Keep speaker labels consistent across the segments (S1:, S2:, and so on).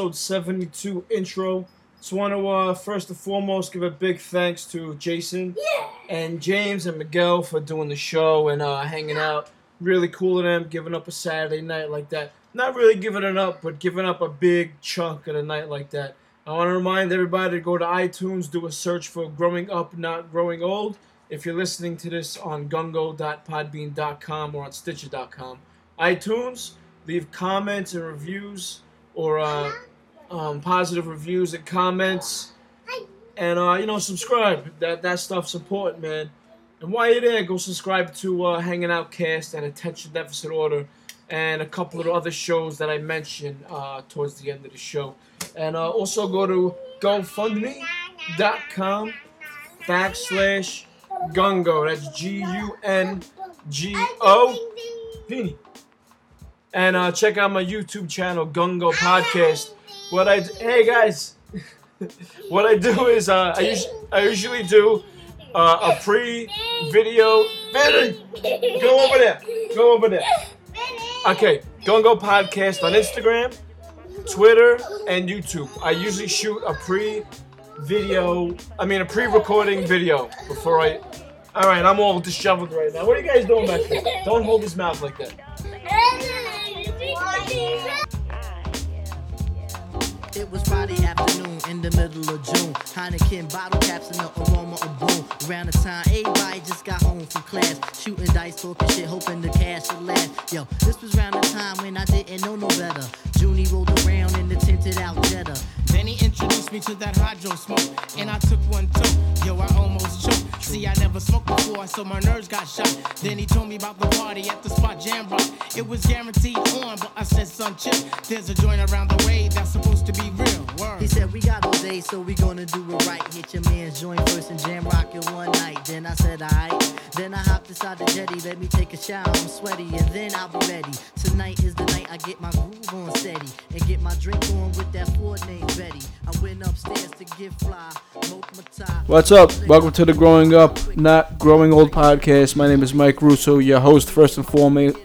S1: episode 72 intro. Just want to uh, first and foremost give a big thanks to Jason and James and Miguel for doing the show and uh, hanging out. Really cool of them giving up a Saturday night like that. Not really giving it up, but giving up a big chunk of the night like that. I want to remind everybody to go to iTunes, do a search for Growing Up, Not Growing Old. If you're listening to this on gungo.podbean.com or on Stitcher.com, iTunes, leave comments and reviews or uh, um, positive reviews and comments, and uh, you know subscribe. That that stuff's important, man. And while you're there, go subscribe to uh, Hanging Out Cast and Attention Deficit Order, and a couple of the other shows that I mentioned uh, towards the end of the show. And uh, also go to GoFundMe.com backslash Gungo. That's G U N G O. Beanie. And uh, check out my YouTube channel, Gungo Podcast. What I d- hey guys, what I do is uh, I, us- I usually do uh, a pre-video. Vinny, go over there. Go over there. Okay, Gungo Podcast on Instagram, Twitter, and YouTube. I usually shoot a pre-video. I mean, a pre-recording video before I. All right, I'm all disheveled right now. What are you guys doing back there? Don't hold his mouth like that.
S2: It was Friday afternoon in the middle of June. Heineken bottle caps and the aroma of boom. Around the time everybody just got home from class, shooting dice, talking shit, hoping the cash would last. Yo, this was around the time when I didn't know no better. Junie rolled around in the tinted out Jetta.
S3: Then he introduced me to that hydro smoke, and I took one too. Yo, I almost choked. See, I never smoked before, so my nerves got shot. Then he told me about the party at the spot Jam Rock. It was guaranteed on, but I said, son, chill. There's a joint around the way that's supposed to be real.
S2: He
S3: Word.
S2: said, We got all day, so we gonna do it right. Hit your man's joint first and jam rock it one night. Then I said, Alright. Then I hopped inside the jetty, let me take a shower, I'm sweaty, and then I'll be ready. Tonight is the night I get my groove on steady and get my drink on with that Ford named Betty. I went upstairs to get fly, smoke my tie.
S4: What's up? Welcome to the Growing Up, Not Growing Old podcast. My name is Mike Russo, your host, first and foremost.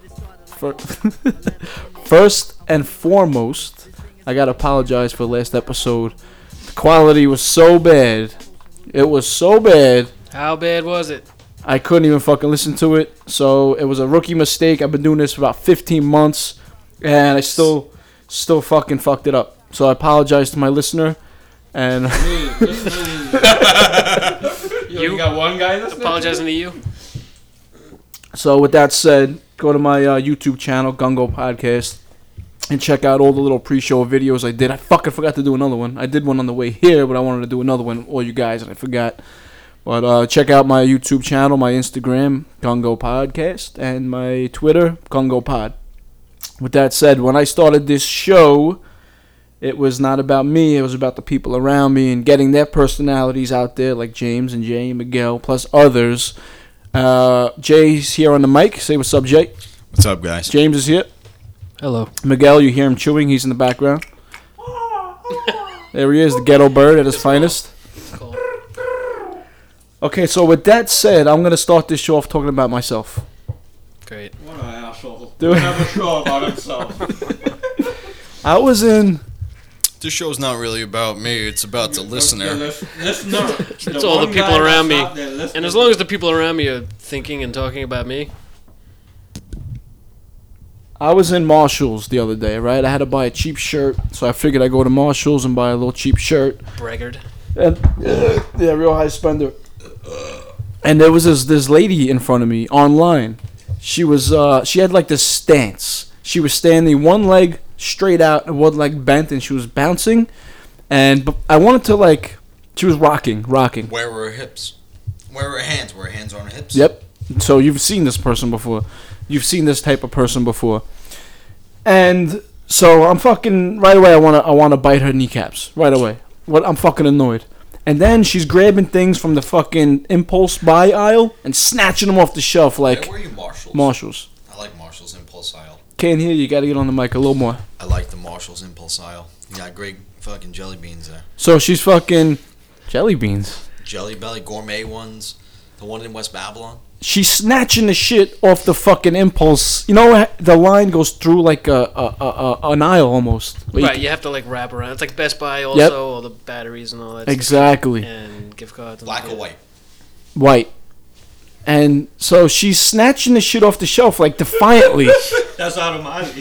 S4: first and foremost, I gotta apologize for last episode. The quality was so bad. It was so bad.
S5: How bad was it?
S4: I couldn't even fucking listen to it. So it was a rookie mistake. I've been doing this for about 15 months, and I still, still fucking fucked it up. So I apologize to my listener. And
S5: You, got one guy apologizing to you.
S4: So with that said, go to my uh, YouTube channel, Gungo Podcast, and check out all the little pre-show videos I did. I fucking forgot to do another one. I did one on the way here, but I wanted to do another one with all you guys, and I forgot. But uh, check out my YouTube channel, my Instagram, Gungo Podcast, and my Twitter, Gungo Pod. With that said, when I started this show, it was not about me. It was about the people around me and getting their personalities out there, like James and Jay and Miguel, plus others. Uh, Jay's here on the mic. Say what's up, Jay.
S6: What's up, guys?
S4: James is here.
S5: Hello.
S4: Miguel, you hear him chewing. He's in the background. There he is, the ghetto bird at his finest.
S5: Cool.
S4: Okay, so with that said, I'm gonna start this show off talking about myself.
S5: Great.
S6: What an asshole.
S4: Dude.
S6: Never sure about himself.
S4: I was in.
S6: this show's not really about me, it's about the listener.
S5: It's all the people around me. And as long as the people around me are thinking and talking about me,
S4: I was in Marshalls the other day, right? I had to buy a cheap shirt, so I figured I'd go to Marshalls and buy a little cheap shirt.
S5: braggart.
S4: And yeah, real high spender. And there was this this lady in front of me online. She was uh she had like this stance. She was standing one leg straight out and one leg bent, and she was bouncing. And but I wanted to like she was rocking, rocking.
S6: Where were her hips? Where were her hands? Were her hands on her hips?
S4: Yep. So you've seen this person before. You've seen this type of person before. And so I'm fucking right away. I wanna I wanna bite her kneecaps right away. What I'm fucking annoyed. And then she's grabbing things from the fucking impulse buy aisle and snatching them off the shelf like
S6: Where were you, Marshalls?
S4: Marshalls.
S6: I like Marshalls Impulse Aisle.
S4: Can't hear you. Got to get on the mic a little more.
S6: I like the Marshalls Impulse Aisle. You got great fucking jelly beans there.
S4: So she's fucking jelly beans.
S6: Jelly Belly gourmet ones. The one in West Babylon.
S4: She's snatching the shit off the fucking impulse. You know, the line goes through like a, a, a, a an aisle almost. Like-
S5: Right, you have to like wrap around. It's like Best Buy also, all the batteries and all that. stuff,
S4: Exactly.
S5: And gift cards. And
S6: Black or white?
S4: White. And so she's snatching the shit off the shelf like defiantly.
S7: That's automatic.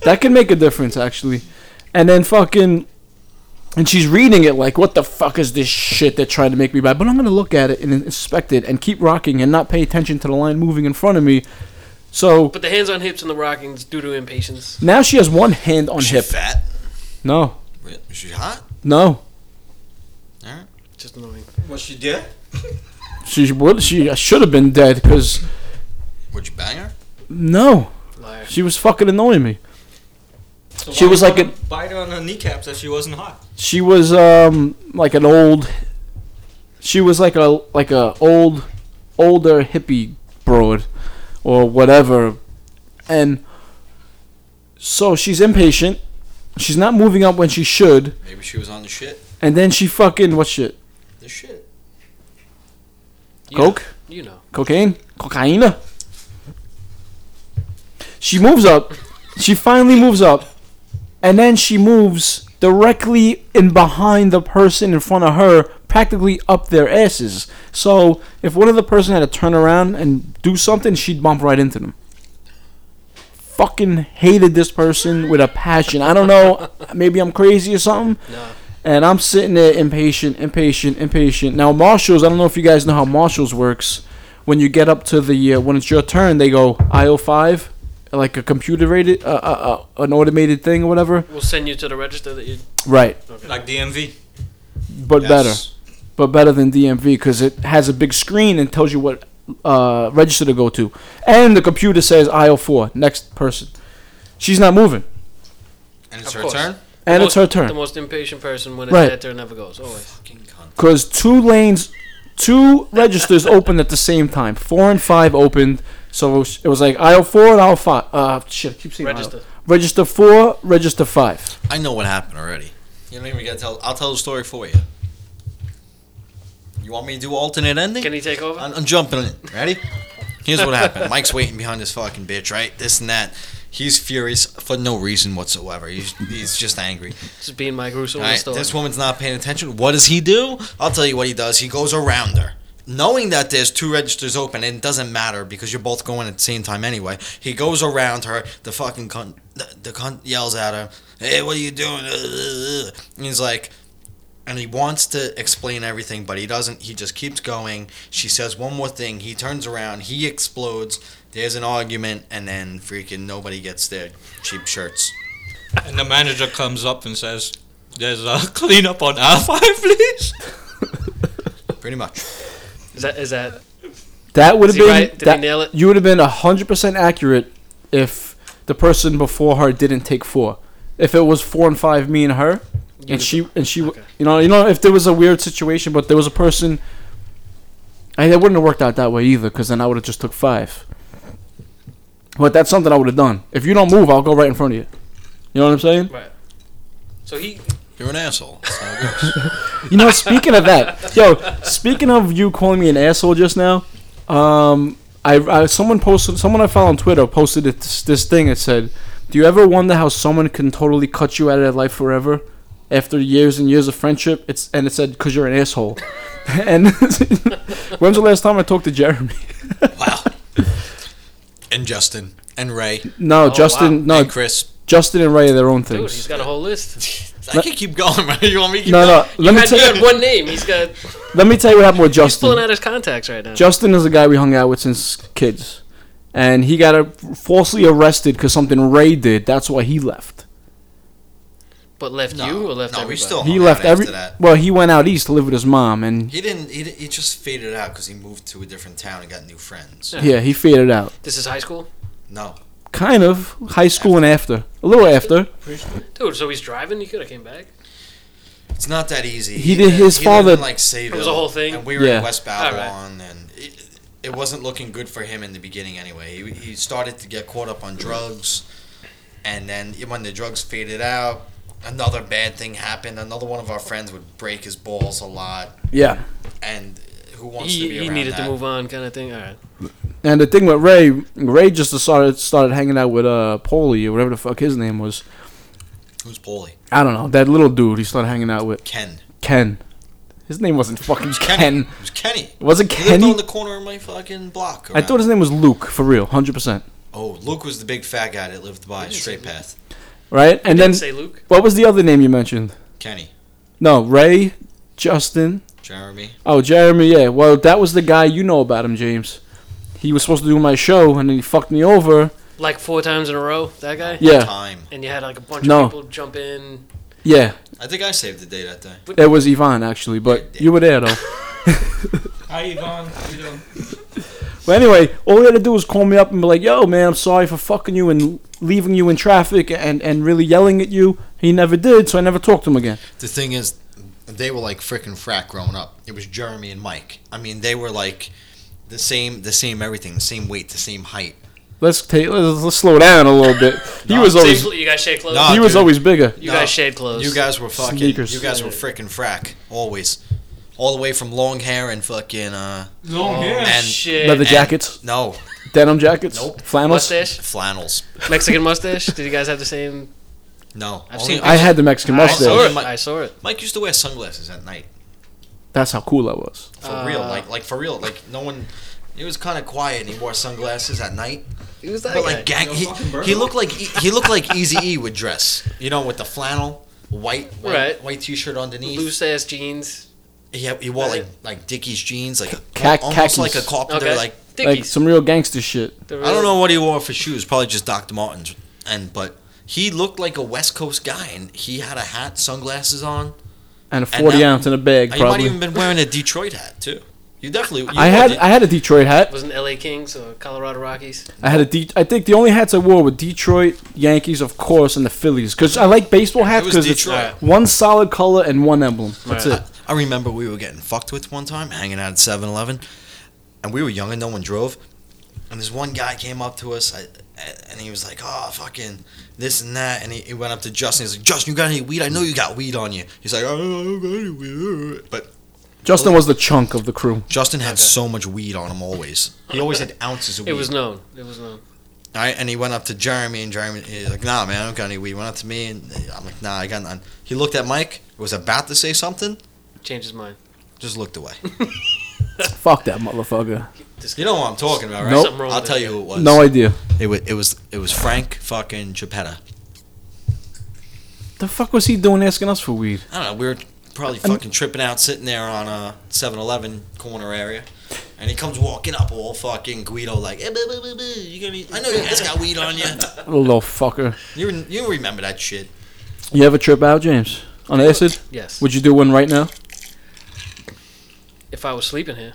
S4: that could make a difference actually. And then fucking and she's reading it like, what the fuck is this shit they're trying to make me buy? But I'm gonna look at it and inspect it and keep rocking and not pay attention to the line moving in front of me. So
S5: But the hands on hips and the rocking is due to impatience.
S4: now she has one hand on
S6: Is she
S4: hip.
S6: fat?
S4: No,
S6: Really? Is she hot?
S4: no.
S5: Just annoying.
S7: What she did?
S4: She would. She should have been dead because
S6: Would you bang her?
S4: no,
S5: Liar.
S4: she was fucking annoying me.
S7: So
S4: She
S7: why
S4: was
S7: you
S4: like
S7: wanna
S4: a-
S7: bite her on her kneecaps if she wasn't hot.
S4: She was um like an old. She was like a like a old, older hippie broad, or whatever, and so she's impatient. She's not moving up when she should,
S6: Maybe she was on the shit.
S4: and then she fucking what shit?
S6: The shit.
S5: You
S4: Coke.
S5: Know, you know.
S4: Cocaine? Cocaina? She moves up. She finally moves up. And then she moves directly in behind the person in front of her, practically up their asses. So if one of the person had to turn around and do something, she'd bump right into them. Fucking hated this person with a passion. I don't know. Maybe I'm crazy or something.
S5: Nah.
S4: And I'm sitting there impatient, impatient, impatient. Now Marshalls, I don't know if you guys know how Marshalls works. When you get up to the uh, when it's your turn, they go aisle five, like a computer rated, uh, uh, uh, an automated thing or whatever.
S5: We'll send you to the register that you.
S4: Right,
S7: Like DMV.
S4: but better,
S6: Yes.
S4: but better than DMV because it has a big screen and tells you what uh, register to go to, and the computer says aisle four, next person. She's not moving,
S6: And it's
S5: Of
S6: her
S5: course.
S6: turn.
S4: and
S5: Most-
S4: it's her turn.
S5: The most impatient person when it's
S4: Right.
S5: their turn never goes. Always.
S6: Fucking cunt.
S4: Because two lanes, two registers opened at the same time. Four and five opened. So it was like aisle four and aisle five. Uh, shit, I keep saying
S5: Register.
S4: aisle. Register four, register five.
S6: I know what happened already. You don't even gotta tell. I'll tell the story for you. You want me to do alternate ending?
S5: Can he take over?
S6: I'm, I'm jumping in. Ready? Here's what happened. Mike's waiting behind this fucking bitch, right? This and that. He's furious for no reason whatsoever. He's, he's just angry.
S5: Just being Mike Russo in
S6: All
S5: the
S6: right,
S5: store.
S6: this woman's not paying attention. What does he do? I'll tell you what he does. He goes around her. Knowing that there's two registers open and it doesn't matter because you're both going at the same time anyway, he goes around her. The fucking cunt, the, the cunt yells at her, Hey, what are you doing? And he's like, and he wants to explain everything, but he doesn't. He just keeps going. She says one more thing. He turns around. He explodes. There's an argument, and then freaking nobody gets their cheap shirts.
S7: And the manager comes up and says, "There's a cleanup on R five, please."
S6: Pretty much.
S5: Is that is that
S4: That would
S5: Is
S4: have
S5: he
S4: been.
S5: right? Did he
S4: that-
S5: nail it?
S4: You would have been hundred percent accurate if the person before her didn't take four. If it was four and five, me and her, and she and she, w
S5: okay.
S4: you know, you know, if there was a weird situation, but there was a person, I it wouldn't have worked out that way either, because then I would have just took five. But that's something I would have done. If you don't move, I'll go right in front of you. You know what I'm saying?
S5: right? So he
S6: You're an asshole.
S4: You know, speaking of that, yo, speaking of you calling me an asshole just now, um, I, I someone posted, someone I follow on Twitter posted this, this thing. It said, "Do you ever wonder how someone can totally cut you out of their life forever after years and years of friendship?" It's and it said, "Cause you're an asshole." and when's the last time I talked to Jeremy?
S6: Wow. and Justin and Ray
S4: No,
S5: Oh,
S4: Justin.
S6: and
S4: No,
S6: Chris.
S4: Justin and Ray are their own
S5: dude, he's
S4: things.
S5: got a whole list.
S6: I can keep going, right? You want me to keep
S4: No,
S6: going?
S4: no. Let me
S5: Matt, you
S4: tell
S5: had one name. He's got
S4: let me tell you what happened with
S5: he's pulling
S4: Justin.
S5: out his contacts right now.
S4: Justin is a guy we hung out with since kids, and he got uh, falsely arrested because something Ray did. That's why he left.
S5: but left you or left
S6: no, we
S5: everybody?
S6: still
S4: He
S6: hung out
S4: left every.
S6: after that.
S4: Well, he went out east to live with his mom, and
S6: He didn't. He, di- he just faded out because he moved to a different town and got new friends.
S5: Yeah.
S4: yeah, he faded out.
S5: This is high school,
S6: No,
S4: Kind of high school and after, a little after.
S5: dude. So he's driving. He could have came back.
S6: it's not that easy.
S4: He did- his
S6: lived in,
S4: father-
S6: like Sayville,
S5: It was a whole thing?
S6: and we were
S4: Yeah.
S6: in West
S5: right.
S6: Babylon, and it, it wasn't looking good for him in the beginning. Anyway, he, he started to get caught up on drugs, and then when the drugs faded out, another bad thing happened. Another one of our friends would break his balls a lot.
S4: Yeah,
S6: and who wants to
S5: He,
S6: be
S5: he
S6: around
S5: needed
S6: that.
S5: to move on, kind of thing. All right.
S4: And the thing with Ray, Ray just started started hanging out with uh Polly or whatever the fuck his name was.
S6: Who's Paulie?
S4: I don't know that little dude he started hanging out with
S6: Ken.
S4: Ken. His name wasn't fucking
S6: Kenny.
S4: Ken.
S6: It was Kenny.
S4: Was it
S6: He lived
S4: Kenny?
S6: on the corner of my fucking block.
S4: I thought his name was Luke for real, hundred percent.
S6: Oh, Luke was the big fat guy that lived by Straight Path.
S4: Right? And then
S5: Didn't say Luke.
S4: what was the other name you mentioned?
S6: Kenny.
S4: No, Ray, Justin.
S6: Jeremy.
S4: Oh, Jeremy. Yeah. Well, that was the guy you know about him, James. He was supposed to do my show, and then he fucked me over.
S5: Like four times in a row, that guy.
S4: Yeah.
S6: Time.
S5: And you had like a bunch
S4: No.
S5: of people jump in.
S4: Yeah.
S6: I think I saved the day that day.
S4: It was Yvonne actually, but you were there though.
S7: Hi, Yvonne. How you doing?
S4: But anyway, all he had to do was call me up and be like, "Yo, man, I'm sorry for fucking you and leaving you in traffic and and really yelling at you." He never did, so I never talked to him again.
S6: The thing is, they were like frickin' frack growing up. It was Jeremy and Mike. I mean, they were like the same, the same everything, the same weight, the same height.
S4: Let's take let's, let's slow down a little bit. He was
S5: Same
S4: always
S5: cl- you guys shade clothes.
S6: Nah,
S4: he was
S6: dude.
S4: always bigger.
S5: you
S6: No.
S5: guys shade clothes.
S6: You guys were fucking.
S4: Sneakers.
S6: You guys were frickin' frack always, all the way from long hair and fucking uh
S7: Long
S5: Oh,
S7: hair.
S5: shit.
S4: Leather
S6: and-
S4: jackets,
S6: no
S4: denim jackets,
S6: Nope.
S4: flannels.
S5: mustache,
S6: flannels.
S5: Mexican mustache. Did you guys have the same?
S6: No,
S5: I've
S6: Only-
S5: seen-
S4: I had the Mexican
S5: I saw
S4: mustache.
S5: it. I saw it.
S6: Mike used to wear sunglasses at night.
S4: That's how cool I was.
S6: For real,
S4: Uh,
S6: like like for real, like no one. He was kind of quiet and he wore sunglasses at night.
S5: It was that
S6: But
S5: guy.
S6: like gang, he,
S7: Yo, fucking Burbank.
S6: he looked like he looked like Easy E would dress. You know, with the flannel, white white,
S5: Right.
S6: white t-shirt underneath.
S5: loose ass jeans.
S6: He, had- he wore
S5: Right.
S6: like like Dickies jeans, like
S4: Kha-
S6: almost
S4: khakis.
S6: like a carpenter.
S5: Okay.
S6: Like
S4: Like
S5: Dickies.
S4: some real gangster shit.
S5: The
S6: I
S5: real-
S6: don't know what he wore for shoes. Probably just Dr. Martens. And but he looked like a West Coast guy, and he had a hat, sunglasses on.
S4: And a
S6: And
S4: forty
S6: now-
S4: ounce in a bag,
S6: He might
S4: probably.
S6: even been wearing a Detroit hat too. You definitely. You
S4: I had I had a Detroit hat.
S5: Wasn't LA Kings or Colorado Rockies?
S4: I had a De- I think the only hats I wore were Detroit, Yankees, of course, and the Phillies. Because I like baseball hats
S6: was
S4: because it's
S6: Detroit.
S4: one solid color and one emblem. That's
S5: Right.
S4: it.
S6: I remember we were getting fucked with one time, hanging out at 7 Eleven, and we were young and no one drove. And this one guy came up to us, I, and he was like, oh, fucking this and that. And he, he went up to Justin. He's like, Justin, you got any weed? I know you got weed on you. He's like, I don't got any weed. But
S4: Justin was the chunk of the crew.
S6: Justin had so much weed on him always. He always had ounces of weed.
S5: It was known. It was known.
S6: Right? And he went up to Jeremy, and Jeremy he's like, "Nah, man, I don't got any weed." Went up to me, and I'm like, "Nah, I got none." He looked at Mike, was about to say something,
S5: Changed his mind.
S6: just looked away.
S4: Fuck that motherfucker.
S6: You know what I'm talking about, right?
S4: Nope.
S5: Something wrong
S6: I'll
S5: with
S6: tell
S5: it.
S6: you who it was.
S4: No idea.
S6: It was it was it was Frank fucking Geppetta.
S4: The fuck was he doing asking us for weed?
S6: I don't know. We were probably fucking tripping out, sitting there on a 7-Eleven corner area, and he comes walking up, all fucking Guido, like, "Hey, boo, boo, boo, boo, you gonna I know you guys got weed on you.
S4: Little fucker.
S6: You you remember that shit?
S4: You ever trip out, James? On acid?
S5: Yes.
S4: Would you do one right now?
S5: if I was sleeping here,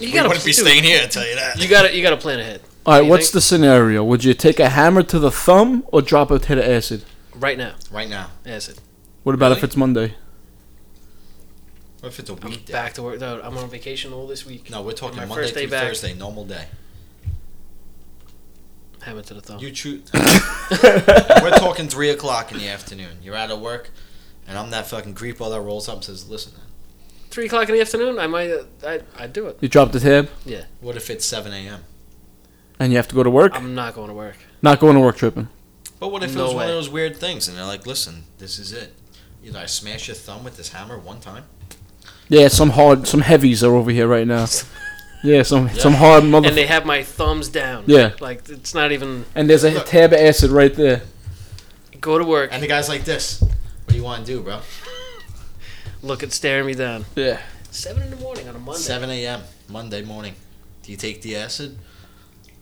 S6: We
S5: you gotta
S6: wouldn't be
S5: dude,
S6: staying here. I tell you that.
S5: You gotta you gotta plan ahead
S4: All right.
S5: You
S4: What's
S5: think?
S4: the scenario? Would you take a hammer to the thumb or drop a hit of acid?
S5: right now.
S6: Right now,
S5: Acid.
S4: What about if
S6: Really?
S4: it's Monday?
S6: what if it's a
S5: I'm
S6: weekday?
S5: back to work. No, I'm on vacation all this week.
S6: No, we're talking
S5: My
S6: Monday
S5: first day
S6: through
S5: back.
S6: Thursday, normal day.
S5: Hammer to the thumb.
S6: You choose. we're talking three o'clock in the afternoon. You're out of work, and I'm that fucking creepo that rolls up and says, "Listen,
S5: Three o'clock in the afternoon. I might. Uh, I I'd do it.
S4: You drop the tab
S6: what if it's seven a.m.?"
S4: and you have to go to work.
S5: I'm not going to work.
S4: Not going to work tripping.
S6: But what if
S5: No
S6: it was one
S5: way.
S6: of those weird things, and they're like, "Listen, this is it. Either I smash your thumb with this hammer one time,
S4: Yeah, some hard, some heavies are over here right now. Yeah, some some hard mother.
S5: And they have my thumbs down.
S4: Yeah.
S5: Like it's not even
S4: And there's a tab of acid right there.
S5: go to work.
S6: and the guy's like this. What do you want to do, bro?
S5: Look at staring me down.
S4: Yeah.
S5: Seven in the morning on a Monday.
S6: Seven a.m. Monday morning. Do you take the acid,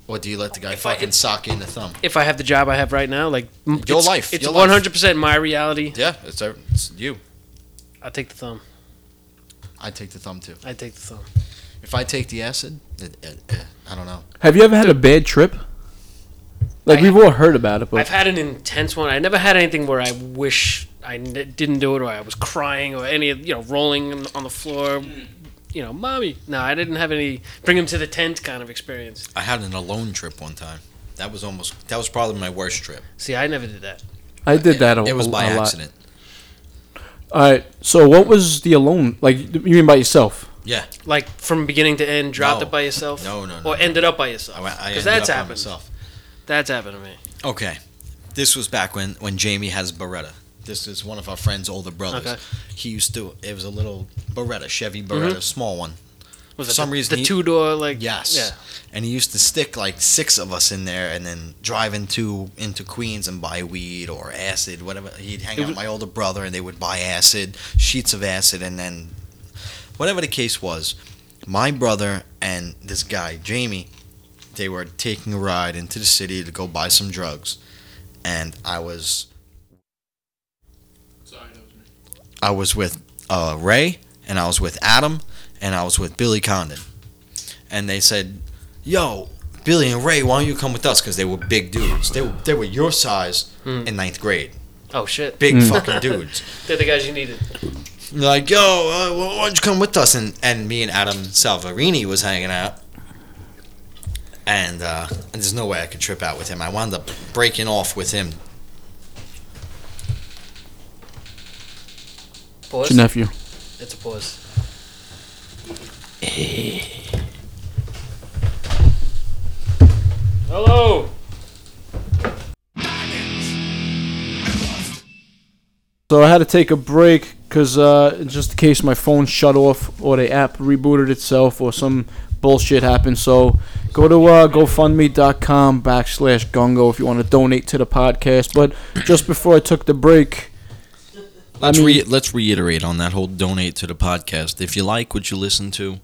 S6: or do you let the guy
S5: I-
S6: fucking sock you in the thumb?
S5: If I have the job I have right now, like m-
S6: Your
S5: it's,
S6: life,
S5: it's
S6: your life.
S5: 100 percent my reality.
S6: Yeah, it's, a, it's you.
S5: I take the thumb.
S6: I take the thumb too.
S5: I take the thumb.
S6: If I take the acid, it, it, it, I don't know.
S4: Have you ever had a bad trip? Like
S5: I-
S4: we've all heard about it, but
S5: I've had an intense one. I never had anything where I wish I n- didn't do it, or I was crying, or any of you know rolling on- on the floor. You know, mommy. No, I didn't have any bring him to the tent kind of experience.
S6: I had an alone trip one time. That was almost that was probably my worst trip.
S5: See, I never did that.
S4: I did that a,
S6: It was
S4: a-
S6: by
S4: a lot.
S6: accident.
S4: All right. So what was the alone? Like you mean by yourself?
S6: Yeah.
S5: Like from beginning to end, dropped
S6: No.
S5: it by yourself?
S6: No, no, no,
S5: Or
S6: no.
S5: ended up by
S6: I,
S5: yourself?
S6: went- I
S5: Because
S6: ended
S5: that's
S6: up by
S5: happened.
S6: myself.
S5: That's happened to me.
S6: Okay. This was back when, when Jamie has Beretta. This is one of our friend's older brothers.
S5: Okay.
S6: He used to. It was a little Beretta, Chevy Beretta, small one.
S5: Was
S6: For
S5: it
S6: some
S5: the,
S6: reason
S5: the
S6: he-
S5: two door like
S6: Yes.
S5: Yeah.
S6: And he used to stick like six of us in there, and then drive into into Queens and buy weed or acid, whatever. He'd hang out with my older brother, and they would buy acid, sheets of acid, and then whatever the case was. My brother and this guy Jamie, they were taking a ride into the city to go buy some drugs, and I was
S7: Sorry, that was me.
S6: I was with uh, Ray and I was with Adam and I was with Billy Condon. And they said, "Yo, Billy and Ray, why don't you come with us?" Because they were big dudes. They were, they were your size in ninth grade.
S5: Oh shit.
S6: Big fucking dudes.
S5: They're the guys you needed.
S6: And they're like, "Yo, uh, why why don't you come with us?" And and me and Adam Salvarini was hanging out. And, uh, and there's no way I could trip out with him. I wound up breaking off with him.
S5: Pause.
S4: It's your nephew.
S5: It's a pause. Hello.
S4: So I had to take a break because uh, just in case my phone shut off or the app rebooted itself or some bullshit happened. So go to uh, GoFundMe.com backslash Gungo if you want to donate to the podcast. But just before I took the break,
S6: Let's
S4: mean-
S6: re- let's reiterate on that whole donate to the podcast. If you like what you listen to,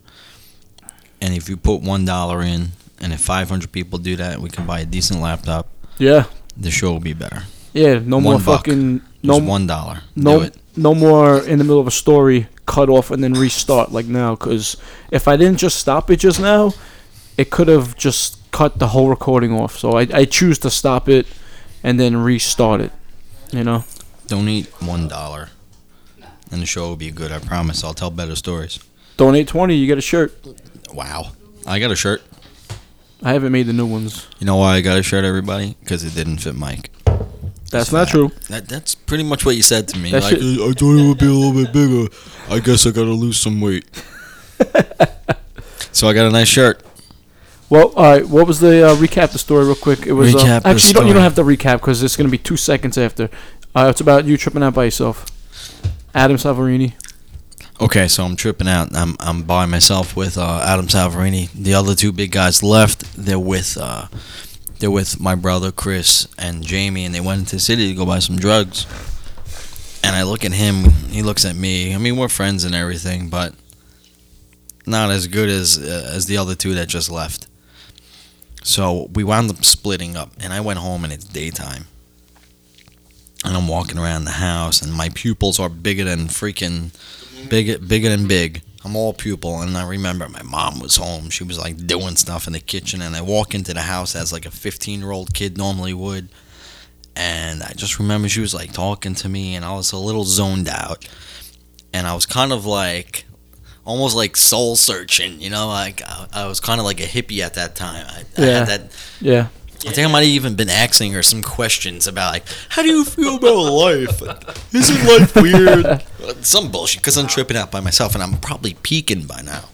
S6: and if you put one dollar in, and if five hundred people do that, we can buy a decent laptop.
S4: yeah,
S6: The show will be better.
S4: yeah, no more
S6: One buck.
S4: fucking no
S6: Just one dollar.
S4: no
S6: do it.
S4: no more in the middle of a story cut off and then restart like now because if i didn't just stop it just now it could have just cut the whole recording off so I, I choose to stop it and then restart it you know
S6: Donate one dollar, and the show will be good. I promise. I'll tell better stories.
S4: donate 20 you get a shirt
S6: Wow. I got a shirt.
S4: i haven't made the new ones
S6: You know why I got a shirt, everybody? Because it didn't fit Mike.
S4: that's not true
S6: That, that's pretty much what you said to me.
S4: That
S6: like,
S4: shit-
S6: I thought it would be a little bit bigger. I guess I gotta lose some weight. so I got a nice shirt.
S4: well all right what was the uh, recap the story real quick it was uh,
S6: Recap the
S4: actually you don't, you don't
S6: story.
S4: have to recap because it's going to be two seconds after uh, it's about you tripping out by yourself adam salvarini
S6: Okay, so I'm tripping out. I'm I'm by myself with uh, Adam Salvarini. The other two big guys left. They're with uh, they're with my brother Chris and Jamie, and they went into the city to go buy some drugs. And I look at him. He looks at me. I mean, we're friends and everything, but not as good as uh, as the other two that just left. So we wound up splitting up, and I went home, and it's daytime. And I'm walking around the house, and my pupils are bigger than freaking big, bigger than big. I'm all pupil, and I remember my mom was home. She was like doing stuff in the kitchen, and I walk into the house as like a 15 year old kid normally would. And I just remember she was like talking to me, and I was a little zoned out. And I was kind of like, almost like soul searching, you know? Like I, I was kind of like a hippie at that time. I, I
S4: Yeah.
S6: had that.
S4: yeah
S6: I think I might have even been asking her some questions about like, how do you feel about life? Isn't life weird? some bullshit because I'm tripping out by myself and I'm probably peaking by now.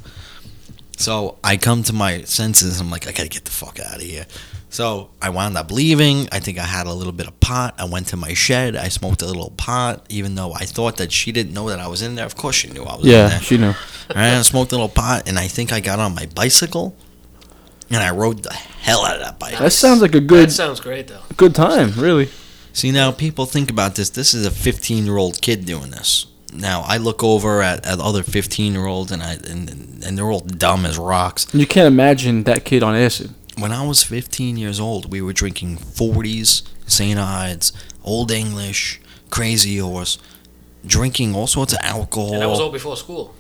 S6: So I come to my senses. I'm like, I gotta get the fuck out of here. So I wound up leaving. I think I had a little bit of pot. I went to my shed. I smoked a little pot, even though I thought that she didn't know that I was in there. Of course she knew I was in
S4: yeah
S6: there.
S4: she knew
S6: I smoked a little pot, and I think I got on my bicycle, and I rode the hell out of that bike.
S4: that sounds like a good
S5: That sounds great though.
S4: good time, really.
S6: See now, people think about this. This is a 15-year-old kid doing this. Now I look over at, at other 15-year-olds, and I and, and they're all dumb as rocks.
S4: You can't imagine that kid on acid.
S6: When I was 15 years old, we were drinking 40s, St. Ides, Old English, Crazy Horse, drinking all sorts of alcohol.
S5: And that was all before school.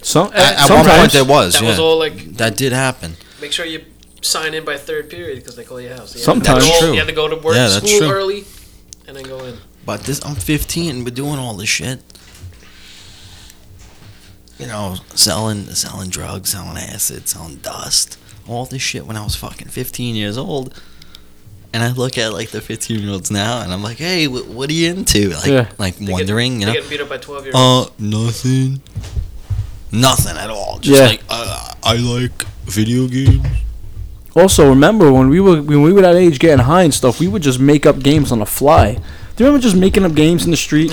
S4: Some,
S6: at, at one point,
S4: sometimes
S6: there was.
S5: That
S6: yeah.
S5: was all like
S6: that did happen.
S5: make sure you sign in by third period because they call your house. You had to
S4: Sometimes.
S5: go-
S6: That's true.
S5: You had to go to work
S6: Yeah, that's
S5: school
S6: true.
S5: early and then go in.
S6: But this, I'm 15. We're doing all this shit. You know, selling, selling drugs, selling acid, selling dust, all this shit when I was fucking 15 years old. And I look at like the 15 year olds now, and I'm like, hey, wh- what are you into? Like,
S4: Yeah.
S6: like
S5: They get-
S6: wondering,
S5: they
S4: Um,
S6: you know?
S5: get beat up by twelve year olds.
S6: Uh, nothing. nothing at all. Just
S4: Yeah.
S6: like uh, I like video games.
S4: Also, remember when we were when we were that age getting high and stuff, we would just make up games on the fly. Do you remember just making up games in the street?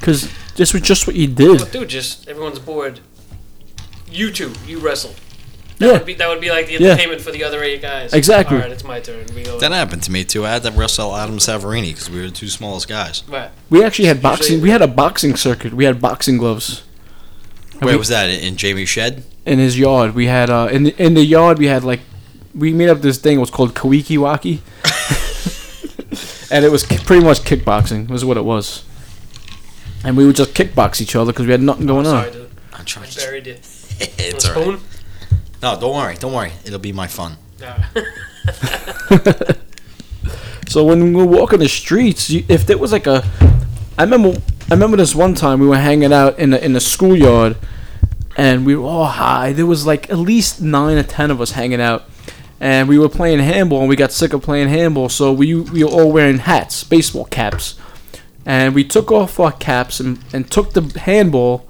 S4: Because this was just what you did.
S5: But dude, just everyone's bored. You two, you wrestle. That
S4: Yeah,
S5: would be that would be like the
S4: Yeah.
S5: entertainment for the other eight guys.
S4: Exactly.
S5: All right, it's my turn. We go.
S6: That happened to me too. I had to wrestle Adam Savarini because we were the two smallest guys.
S5: Right.
S4: we actually had boxing. We had a boxing circuit. We had boxing gloves
S6: Where
S4: we-
S6: was that? In Jamie Shed?
S4: in his yard. We had uh in the, in the yard. We had like we made up this thing. It was called Kawiki Waki, and it was ki- pretty much kickboxing. Was what it was. And we would just kickbox each other because we had nothing going
S5: Sorry,
S4: on.
S5: dude.
S6: I'm trying
S5: I
S6: to.
S5: buried you. Want
S6: It's
S5: a
S6: alright.
S5: spoon?
S6: No, don't worry. Don't worry. It'll be my fun.
S5: No.
S4: So when we were walking the streets, you, if there was like a, I remember, I remember this one time we were hanging out in the in the schoolyard, and we were all high. There was like at least nine or ten of us hanging out, and we were playing handball, and we got sick of playing handball, so we we were all wearing hats, baseball caps, and we took off our caps and and took the handball.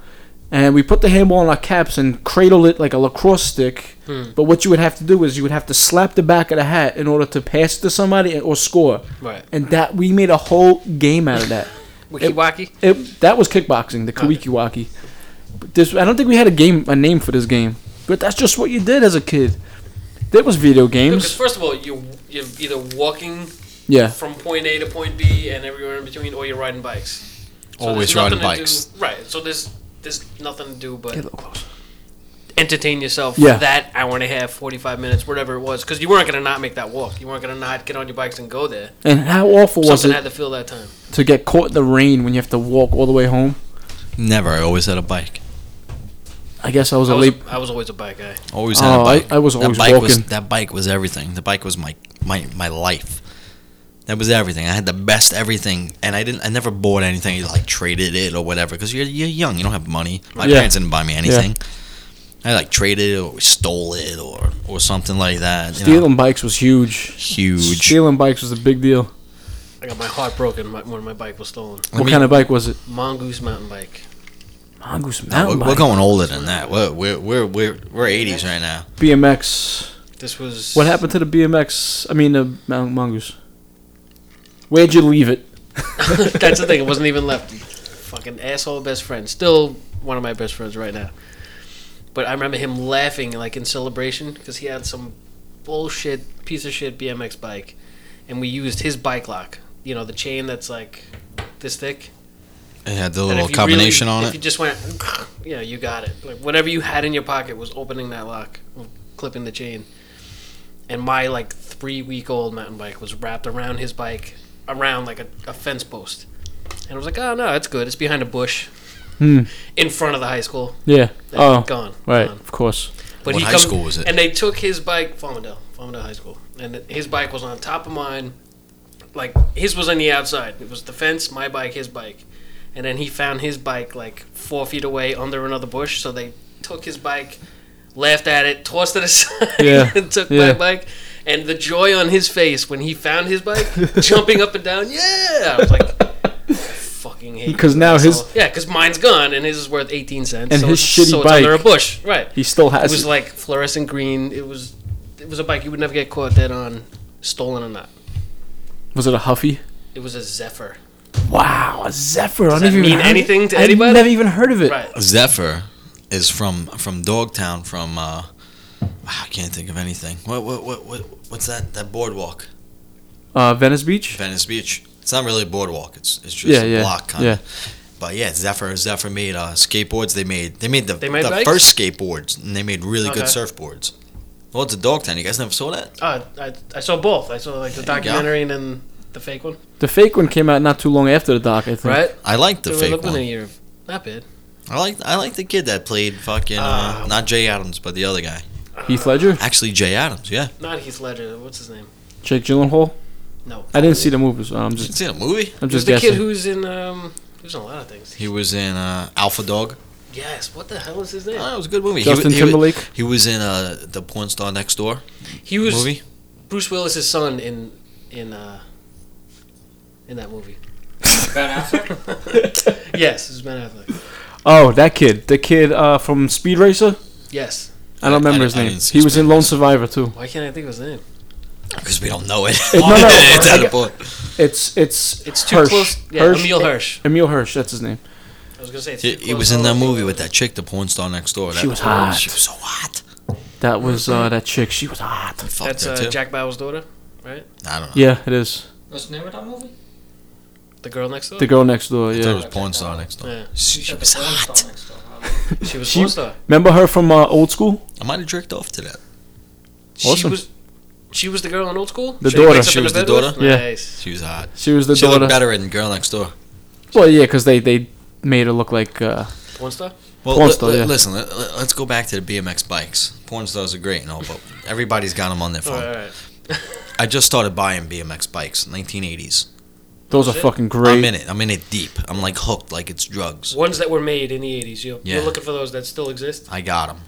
S4: And we put the handball on our caps and cradled it like a lacrosse stick. But what you would have to do is you would have to slap the back of the hat in order to pass to somebody or score.
S5: Right.
S4: And that we made a whole game out of that.
S5: Wiki waki.
S4: It, that was kickboxing, the
S5: Okay.
S4: Kawiki Waki. But This I don't think we had a game a name for this game, but that's just what you did as a kid. There was video
S5: Because
S4: games.
S5: first of all, you you're either walking
S4: Yeah,
S5: from point A to point B and everywhere in between, or you're riding bikes. So
S6: Always
S5: there's nothing
S6: riding
S5: to
S6: bikes.
S5: Do, right. So there's there's nothing to do but
S4: Get a little closer.
S5: entertain yourself
S4: Yeah.
S5: for that hour and a half, 45 minutes, whatever it was, because you weren't going to not make that walk. You weren't going to not get on your bikes and go there.
S4: and how awful was
S5: Something
S4: it
S5: had to fill that time.
S4: to get caught in the rain when you have to walk all the way home?
S6: Never. I always had a bike.
S4: I guess I was
S5: I
S4: a
S5: was,
S4: late.
S5: I was always a bike guy.
S6: Always had
S4: Oh, I-
S6: a bike.
S4: I was always
S6: that bike Was,
S4: walking.
S6: that bike was everything. The bike was my my my life. That was everything. I had the best everything, and I didn't. I never bought anything. I, Like traded it or whatever, because you're you're young. You don't have money. My
S4: Yeah.
S6: parents didn't buy me anything. I like traded it or stole it or or something like that. You know,
S4: Stealing bikes was huge.
S6: huge.
S4: Stealing bikes was a big deal.
S5: I got my heart broken my, when my bike was stolen.
S4: what kind of bike was it?
S5: Mongoose mountain bike.
S4: Mongoose
S6: We're,
S4: mountain
S6: we're
S4: bike.
S6: going older than that. We're we're we're we're, we're 80s right now.
S4: BMX.
S5: This was.
S4: What happened to the BMX? I mean the mon- mongoose. Where'd you leave it?
S5: That's the thing. It wasn't even left. Fucking asshole best friend. Still one of my best friends right now. But I remember him laughing like in celebration because he had some bullshit piece of shit BMX bike, and we used his bike lock. You know the chain that's like this thick.
S6: It had the
S5: And
S6: little
S5: if you
S6: combination
S5: really-
S6: on
S5: If
S6: it.
S5: you just went, yeah, you got it. Like whatever you had in your pocket was opening that lock, clipping the chain. And my like three week old mountain bike was wrapped around his bike, around like a, a fence post. And I was like, oh no, it's good. It's behind a bush,
S4: Hmm.
S5: in front of the high school.
S4: Yeah.
S5: Like,
S4: Oh.
S5: gone.
S4: Right.
S5: gone.
S4: Of course.
S5: But
S6: What
S5: he
S6: high
S5: come-
S6: school was it?
S5: And they took his bike, Farmingdale, Farmingdale High School, and his bike was on top of mine. Like his was on the outside. It was the fence, my bike, his bike, and then he found his bike like four feet away under another bush. So they took his bike, laughed at it, tossed it aside,
S4: Yeah,
S5: and took
S4: yeah.
S5: my bike. And the joy on his face when he found his bike, jumping up and down, yeah! I was like, I fucking hate. you,
S4: 'Cause now his-
S5: asshole. yeah, because mine's gone and his is worth eighteen cents.
S4: And
S5: so
S4: his
S5: it's-
S4: shitty
S5: so it's under a
S4: bike-
S5: bush, right?
S4: He still has
S5: It was
S4: it.
S5: like fluorescent green. It was it was a bike you would never get caught dead on, stolen or not.
S4: Was it a Huffy?
S5: It was a Zephyr.
S4: Wow, a Zephyr. I
S5: that
S4: never even
S5: mean
S4: heard-
S5: anything to
S4: I'd
S5: anybody?
S4: never even heard of it.
S5: Right.
S6: Zephyr is from from Dogtown. From uh, I can't think of anything. What what what, what what's that? That boardwalk,
S4: Uh, Venice Beach.
S6: Venice Beach. It's not really a boardwalk. It's it's just
S4: Yeah,
S6: a
S4: yeah,
S6: block kind
S4: yeah.
S6: of. But yeah, Zephyr Zephyr made uh, skateboards. They made they made the
S5: They made
S6: the
S5: bikes?
S6: first skateboards, and they made really good
S5: Okay.
S6: surfboards. Well, it's a Dogtown. You guys never saw
S4: e-
S6: that?
S5: Uh, I, I saw both. I saw like the
S6: There you go. Mm,
S5: documentary and then the fake one.
S4: The fake one came out not too long after the doc, I think.
S5: Right?
S6: I like the
S5: they were
S6: fake
S5: looking
S6: one.
S5: at you. Not bad.
S6: I like I like the kid that played fucking uh,
S5: Ah.
S6: not Jay Adams, but the other guy.
S4: Heath Ledger,
S6: Actually, Jay Adams. Yeah,
S5: Not Heath Ledger. What's his name?
S4: Jake Gyllenhaal.
S5: No.
S4: I didn't see the movie, so I'm
S6: you
S4: just,
S6: see the movie.
S4: I'm
S5: It was
S4: just
S5: the
S4: guessing.
S5: kid who's in um. He was in a lot of things.
S6: He was in uh, Alpha Dog.
S5: Yes. What the hell is his name?
S6: Oh, it was a good movie. He
S4: Justin
S6: wa- he wa-
S4: Timberlake.
S6: He was in uh, the porn star next door
S5: He was
S6: movie.
S5: Bruce Willis's son in in uh in that movie.
S7: Ben Affleck?
S5: Yes, it was Ben Affleck.
S4: Oh, that kid, the kid uh, from Speed Racer.
S5: Yes.
S4: I don't remember his
S6: I- I
S4: name.
S6: didn't see
S4: He was
S6: Speed
S4: in Lone Survivor too.
S5: Why can't I think of his name?
S6: because we don't know it.
S4: no, no,
S6: It's
S4: I
S6: out of
S4: get-
S6: board.
S4: It's it's
S5: It's too close. Yeah, Emil Hirsch.
S4: Emil Hirsch, that's his name.
S5: I was gonna say it's
S6: He,
S5: too
S6: he
S5: close.
S6: was in that movie with that chick, the porn star next door.
S4: She
S6: That-
S4: was hot.
S6: She was so hot.
S4: That was uh, that chick. She was hot.
S6: Fuck
S5: That's
S6: her
S5: uh,
S6: too.
S5: Jack Bauer's daughter, right?
S6: I don't know.
S4: Yeah, it is.
S7: What's the name of that movie?
S5: The girl next door.
S4: The girl next door.
S6: I thought it
S4: Yeah.
S6: was porn star next door.
S5: Yeah.
S6: She, she was hot.
S5: She was
S4: She-
S5: porn star.
S4: Remember her from uh, Old School?
S6: I might have jerked off to that.
S5: She
S4: Awesome.
S5: was. She was the girl in old school.
S4: The
S5: She wakes
S4: daughter.
S5: up
S6: She
S5: in
S6: was
S5: bed
S6: the
S5: with?
S6: daughter?
S4: Yeah.
S5: Nice.
S6: She was hot.
S4: She was the
S6: She
S4: daughter.
S6: looked better in Girl Next Door.
S4: Well, yeah, because they they made her look like. Uh,
S5: Porn star.
S6: Well,
S4: Porn
S6: li-
S4: star,
S6: li-
S4: yeah.
S6: listen, let, let- let's go back to the BMX bikes. Porn stars are great and all, but everybody's got them on their
S5: All
S6: phone.
S5: right. all right.
S6: I just started buying BMX bikes, 1980s.
S4: those are
S5: it?
S4: fucking
S6: I'm
S4: great.
S6: in it. I'm in it deep. I'm like hooked, like it's drugs.
S5: Ones that were made in the '80s. You're,
S6: Yeah.
S5: you're looking for those that still exist.
S6: I got them.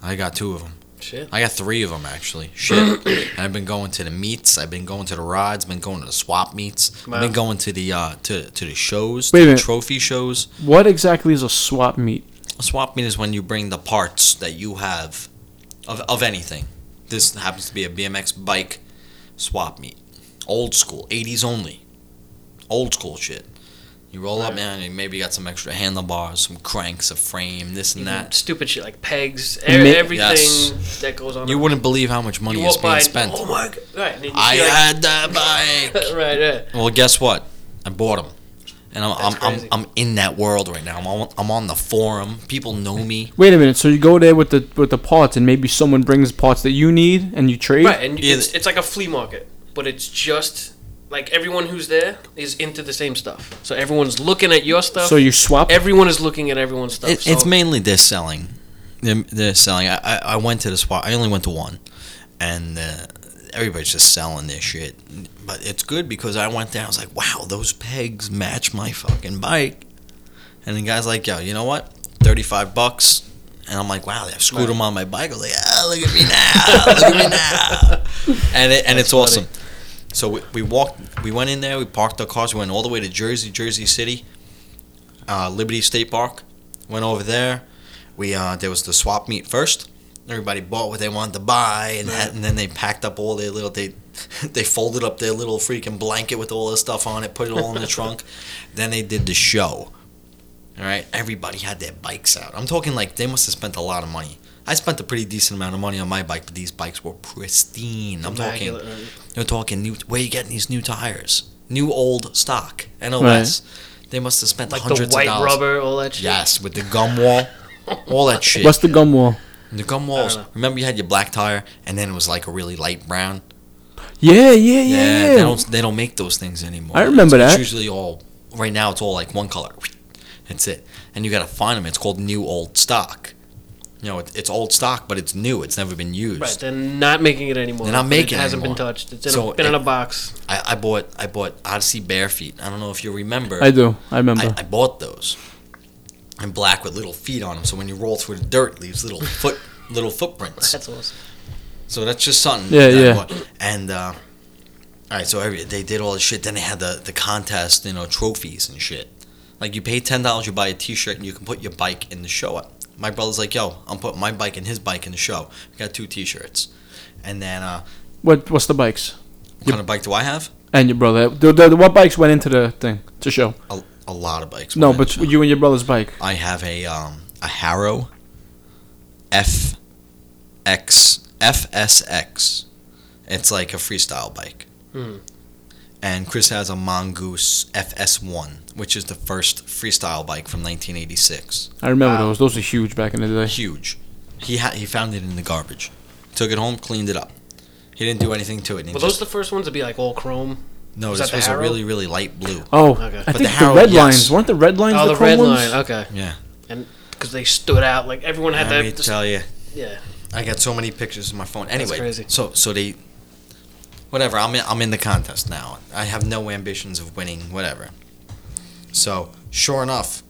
S6: I got two of them.
S5: Shit.
S6: I got three of them actually. Shit. and I've been going to the meets. I've been going to the rides. Been going to the swap meets. I've
S5: Wow.
S6: been going to the uh, to to the shows,
S4: Wait a
S6: to the
S4: minute.
S6: trophy shows.
S4: What exactly is a swap meet?
S6: A swap meet is when you bring the parts that you have of of anything. This happens to be a BMX bike swap meet. Old school, 80s only. Old school shit. You roll up, man, and maybe you got some extra handlebars, some cranks, a frame, this
S5: Mm-hmm.
S6: and that.
S5: Stupid shit like pegs. e-
S4: Ma-
S5: everything
S6: Yes.
S5: that goes on.
S6: You wouldn't believe how much money
S5: You
S6: is
S5: walk
S6: being
S5: by. and-
S6: spent.
S5: Oh my god. Right. And then you
S6: I
S5: see, like-
S6: had that bike.
S5: right. Yeah.
S6: Well, guess what? I bought them, and I'm I'm,
S5: That's
S6: I'm
S5: crazy.
S6: I'm in that world right now. I'm on, I'm on the forum. People know me.
S4: Wait a minute. So you go there with the with the parts, and maybe someone brings parts that you need, and you trade.
S5: Right, and
S6: Yeah,
S5: it's, it's like a flea market, but it's just like everyone who's there is into the same stuff. So everyone's looking at your stuff.
S4: So you swap.
S5: everyone is looking at everyone's stuff.
S6: It,
S5: so
S6: it's mainly this selling. They're, they're selling. I, I I went to the spot. I only went to one, and uh, everybody's just selling their shit. But it's good because I went there. I was like, wow, those pegs match my fucking bike. And the guy's like, yo, you know what? Thirty five bucks. And I'm like, wow, they have screwed them on my bike. I was like, ah, look at me now, look at me now. And it, and it's awesome. So we, we walked, we went in there, we parked our cars, we went all the way to Jersey, Jersey City, uh, Liberty State Park. Went over there. We uh, there was the swap meet first. Everybody bought what they wanted to buy, and, that, and then they packed up all their little they they folded up their little freaking blanket with all this stuff on it, put it all in the trunk. Then they did the show. All right, everybody had their bikes out. I'm talking like they must have spent a lot of money. I spent a pretty decent amount of money on my bike, but these bikes were pristine. I'm talking
S5: Immaculate, right?
S6: they're talking new. Where you getting these new tires? New old stock. NOS. They must have spent
S5: like the
S6: hundreds
S5: white
S6: of dollars.
S5: rubber, all that shit.
S6: Yes, with the gum wall, all that shit.
S4: What's the gum wall?
S6: the gum
S5: I
S6: walls?
S5: don't know.
S6: Remember, you had your black tire, and then it was like a really light brown.
S4: Yeah, yeah,
S6: Yeah,
S4: yeah.
S6: they don't they don't make those things anymore.
S4: I remember
S6: It's-
S4: that.
S6: It's usually all right now. It's all like one color. That's it. And you got to find them. It's called new old stock. You know, it, it's old stock, but it's new. It's never been used.
S5: Right, they're not making it anymore.
S6: They're not
S5: but
S6: making it
S5: it. hasn't been
S6: anymore.
S5: touched. It's in
S6: So
S5: a, been in
S6: it-
S5: a box.
S6: I, I bought I bought Odyssey Barefeet. I don't know if you remember.
S4: I do. I remember.
S6: I, I bought those in black with little feet on them. So when you roll through the dirt, it leaves little foot little footprints.
S5: That's awesome.
S6: So that's just something.
S4: Yeah,
S6: that I
S4: yeah.
S6: bought. And uh, all right, so every, they did all this shit. Then they had the the contest, you know, trophies and shit. Like you pay ten dollars, you buy a T-shirt, and you can put your bike in the show. My brother's like, yo, I'm putting my bike and his bike in the show. We got two T-shirts, and then uh,
S4: what What's the bikes?
S6: what kind of bike do I have?
S4: And your brother. The, the, the- what bikes went into the thing to show?
S6: A, a lot of bikes.
S4: No,
S6: man.
S4: but you and your brother's bike.
S6: I have a um, a Harrow F X FSX. It's like a freestyle bike.
S5: Hmm.
S6: And Chris has a Mongoose FS1, which is the first freestyle bike from 1986.
S4: I remember those. Those were huge back in the day.
S6: Huge. He ha- he found it in the garbage. Took it home, cleaned it up. He didn't do anything to it. and he
S5: Were those
S6: just-
S5: the first ones to be like all chrome?
S6: no,
S5: was
S6: this
S5: that the
S6: was a
S5: Harrow?
S6: really really light blue.
S4: Oh,
S5: Okay.
S4: I
S6: But
S4: think
S6: the
S4: the,
S6: Harrow,
S4: red
S6: yes.
S4: lines weren't the red lines.
S5: Oh,
S4: the,
S5: the
S4: chrome
S5: red
S4: ones?
S5: line. Okay,
S6: Yeah.
S5: because they stood out. Like everyone had
S6: Let me
S5: that.
S6: tell you.
S5: yeah.
S6: I got so many pictures on my phone. Anyway,
S5: crazy.
S6: so so they, whatever. I'm in, I'm in the contest now. I have no ambitions of winning. Whatever. So sure enough,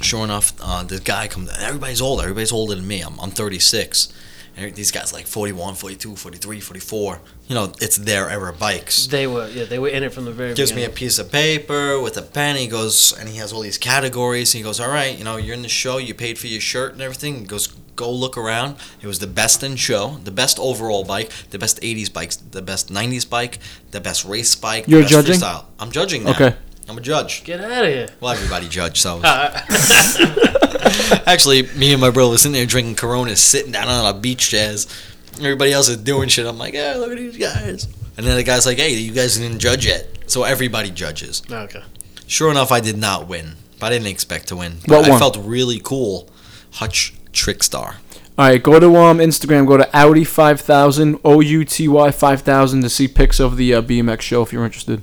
S6: sure enough, uh, the guy comes. Everybody's older. Everybody's older than me. I'm I'm 36, And these guys like 41, 42, 43, 44. You know, it's their era bikes.
S5: They were yeah, they were in it from the very
S6: Gives me a
S5: beginning.
S6: piece of paper with a pen. He goes, and he has all these categories. He goes, all right, you know, you're in the show. You paid for your shirt and everything. He goes, go look around. It was the best in show, the best overall bike, the best 80s bikes, the best 90s bike, the best race bike. the
S4: You're
S6: best
S4: judging?
S6: Freestyle. I'm judging. Now.
S4: Okay.
S6: I'm a judge.
S5: Get out of here.
S6: Well, everybody judged, so. Actually, me and my brother were sitting there drinking Coronas, sitting down on a beach jazz. Everybody else is doing shit. I'm like, yeah, look at these guys. And then the guy's like, hey, you guys didn't judge yet. So everybody judges.
S5: Okay.
S6: Sure enough, I did not win. But I didn't expect to win.
S4: What
S6: But I
S4: one?
S6: felt really cool. Hutch Trickstar.
S4: All right, go to um Instagram. Go to Audi five thousand O U T Y five thousand to see pics of the uh, BMX show if you're interested.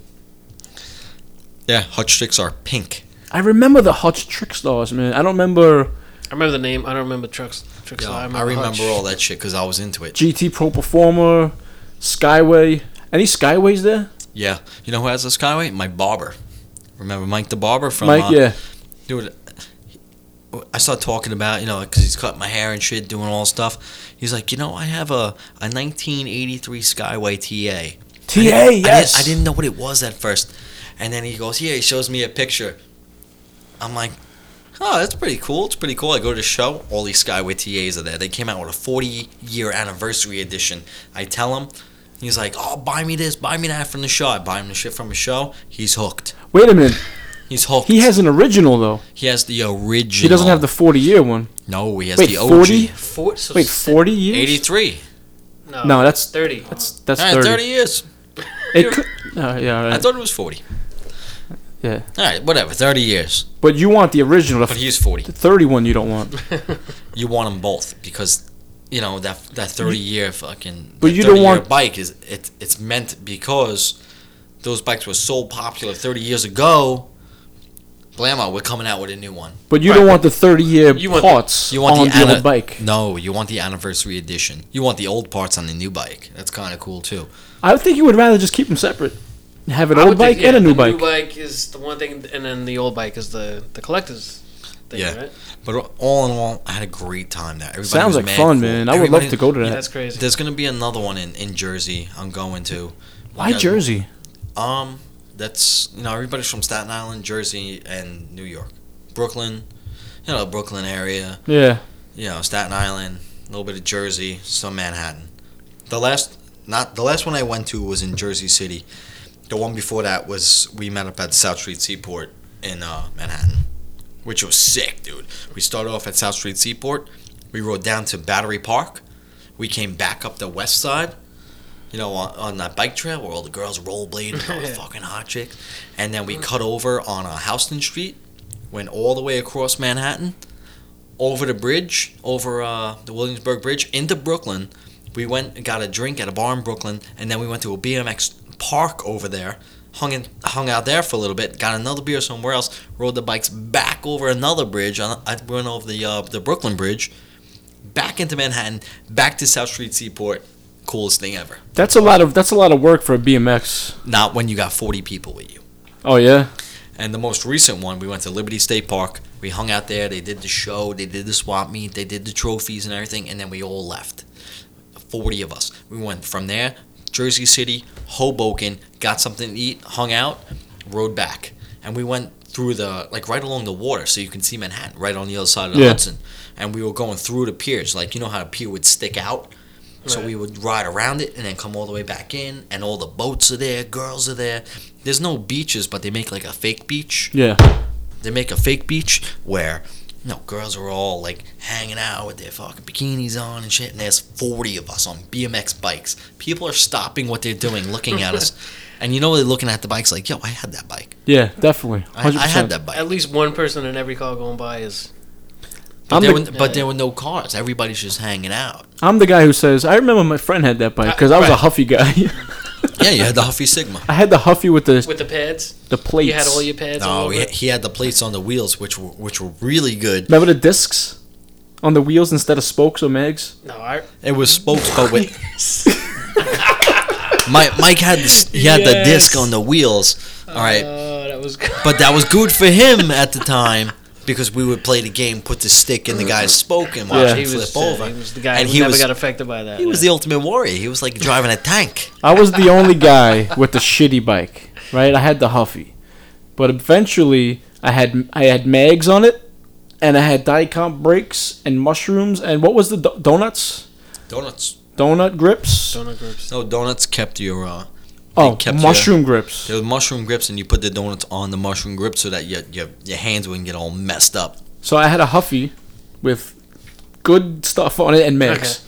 S6: Yeah, Hutch Trickstar. Pink.
S4: I remember the Hutch Trickstars, man. I don't remember
S5: I remember the name. I don't remember trucks. Trucks.
S6: Yeah, I remember,
S5: Hutch.
S6: all that shit because I was into it.
S4: GT Pro Performer, Skyway. Any Skyways there?
S6: Yeah. You know who has this Skyway? My barber. Remember Mike the Barber from
S4: Mike,
S6: uh,
S4: yeah.
S6: dude i started talking about you know because he's cutting my hair and shit doing all stuff he's like you know i have a, a 1983 skyway ta
S4: TA,
S6: I didn't-
S4: yes.
S6: I didn't, I didn't know what it was at first and then he goes yeah he shows me a picture i'm like oh that's pretty cool it's pretty cool i go to the show all these skyway tas are there they came out with a 40 year anniversary edition i tell him He's like, oh, buy me this, buy me that from the show. I buy him the shit from the show. He's hooked.
S4: Wait a minute.
S6: He's hooked.
S4: He has an original though.
S6: He has the original.
S4: He doesn't have the 40 year one.
S6: No, he has
S4: Wait,
S6: the OG.
S4: 40?
S5: Four, so
S4: Wait,
S5: six-
S4: 40 years?
S6: 83.
S5: No,
S4: No, that's
S5: thirty.
S4: That's that's
S6: All right,
S4: 30.
S6: 30 years.
S4: It could, uh, yeah, all
S6: I
S4: right.
S6: thought it was 40.
S4: Yeah.
S6: All right, whatever. 30 years.
S4: But you want the original. The,
S6: But
S4: f-
S6: he's 40.
S4: the 31 you don't want.
S6: You want them both because, you know, that that 30 year fucking
S4: But
S6: that
S4: you don't
S6: 30 year
S4: want-
S6: bike is it, it's meant because those bikes were so popular 30 years ago. Blammo, we're coming out with a new one.
S4: But you
S5: Right,
S4: don't want the 30 year
S5: you want the-
S4: parts
S6: You want
S4: on
S6: the,
S4: the,
S6: anni-
S4: old bike.
S6: No, you want the anniversary edition. You want the old parts on the new bike. That's kind of cool too.
S4: I would think you would rather just keep them separate. Have an
S5: I
S4: old
S5: would think,
S4: bike and a
S5: yeah,
S4: new
S5: the
S4: bike.
S5: New bike is the one thing, and then the old bike is the the collector's thing,
S6: Yeah.
S5: right?
S6: But all in all, I had a great time there. Everybody
S4: Sounds
S6: was
S4: like
S6: mad
S4: fun,
S6: cool.
S4: man. I would love
S6: Everybody-
S4: to go to that.
S5: That's crazy.
S6: There's gonna be another one in, in Jersey. I'm going to.
S4: Why Jersey?
S6: Um, that's you know everybody's from Staten Island, Jersey, and New York, Brooklyn. You know Brooklyn area.
S4: Yeah.
S6: You know Staten Island, a little bit of Jersey, some Manhattan. The last not the last one I went to was in Jersey City. The one before that was we met up at South Street Seaport in uh, Manhattan, which was sick, dude. We started off at South Street Seaport. We rode down to Battery Park. We came back up the west side you know, on, on that bike trail where all the girls rollerblade and all the fucking hot chicks. And then we cut over on uh, Houston Street, went all the way across Manhattan, over the bridge, over uh, the Williamsburg Bridge, into Brooklyn. We went and got a drink at a bar in Brooklyn, and then we went to a BMX park over there, hung in, hung out there for a little bit, got another beer somewhere else, rode the bikes back over another bridge. On, I went over the uh, the Brooklyn Bridge, back into Manhattan, back to South Street Seaport. Coolest thing ever.
S4: That's a lot of that's a lot of work for a BMX.
S6: not when you got 40 people with you.
S4: Oh yeah.
S6: And the most recent one, we went to Liberty State Park. We hung out there. They did the show. They did the swap meet. They did the trophies and everything. And then we all left. 40 of us. We went from there, Jersey City, Hoboken, got something to eat, hung out, rode back. And we went through the, like right along the water. So you can see Manhattan right on the other side of the
S4: Yeah.
S6: Hudson. And we were going through the piers. Like, you know how the pier would stick out? So we would ride around it and then come all the way back in, and all the boats are there, girls are there. There's no beaches, but they make like a fake beach.
S4: Yeah.
S6: They make a fake beach where, you know, girls are all like hanging out with their fucking bikinis on and shit, and there's 40 of us on BMX bikes. People are stopping what they're doing, looking at us, and you know, they're looking at the bikes like, yo, I had that bike.
S4: Yeah, definitely.
S6: I,
S4: 100%.
S6: I had that bike.
S5: At least one person in every car going by is
S6: But
S4: I'm
S6: there,
S4: the-
S6: were, but there were no cars. Everybody's just hanging out.
S4: I'm the guy who says, I remember my friend had that bike because I was a
S5: Right.
S4: Huffy guy.
S6: Yeah, you had the Huffy Sigma.
S4: I had the Huffy with the,
S5: with the pads.
S4: the plates.
S5: You had all your pads.
S6: No,
S5: all
S6: he,
S5: over.
S6: he had the plates on the wheels, which were, which were really good.
S4: Remember the discs on the wheels instead of spokes or mags?
S5: No, I,
S6: It was spokes, but with Mike, Mike had the- he had the disc
S5: Yes.
S6: on the wheels. All right,
S5: oh, that was.
S6: but that was good for him at the time because we would play the game, put the stick in the guy's spoke, and watch
S4: Yeah.
S6: him
S5: He
S6: flip
S5: was, uh,
S6: over.
S5: he was the guy
S6: and
S5: who
S6: he
S5: never
S6: was
S5: got affected by that.
S6: he was the ultimate warrior. He was like driving a tank.
S4: I was the only guy with the shitty bike, right? I had the Huffy, but eventually I had I had mags on it, and I had Dicom brakes and mushrooms and what was the do- donuts?
S6: Donuts.
S4: Donut grips?
S5: donut groups.
S6: No, donuts kept your. Uh,
S4: Oh,
S6: kept
S4: mushroom grips.
S6: There was mushroom grips, and you put the donuts on the mushroom grip so that your your, your hands wouldn't get all messed up.
S4: So I had a Huffy with good stuff on it and mags.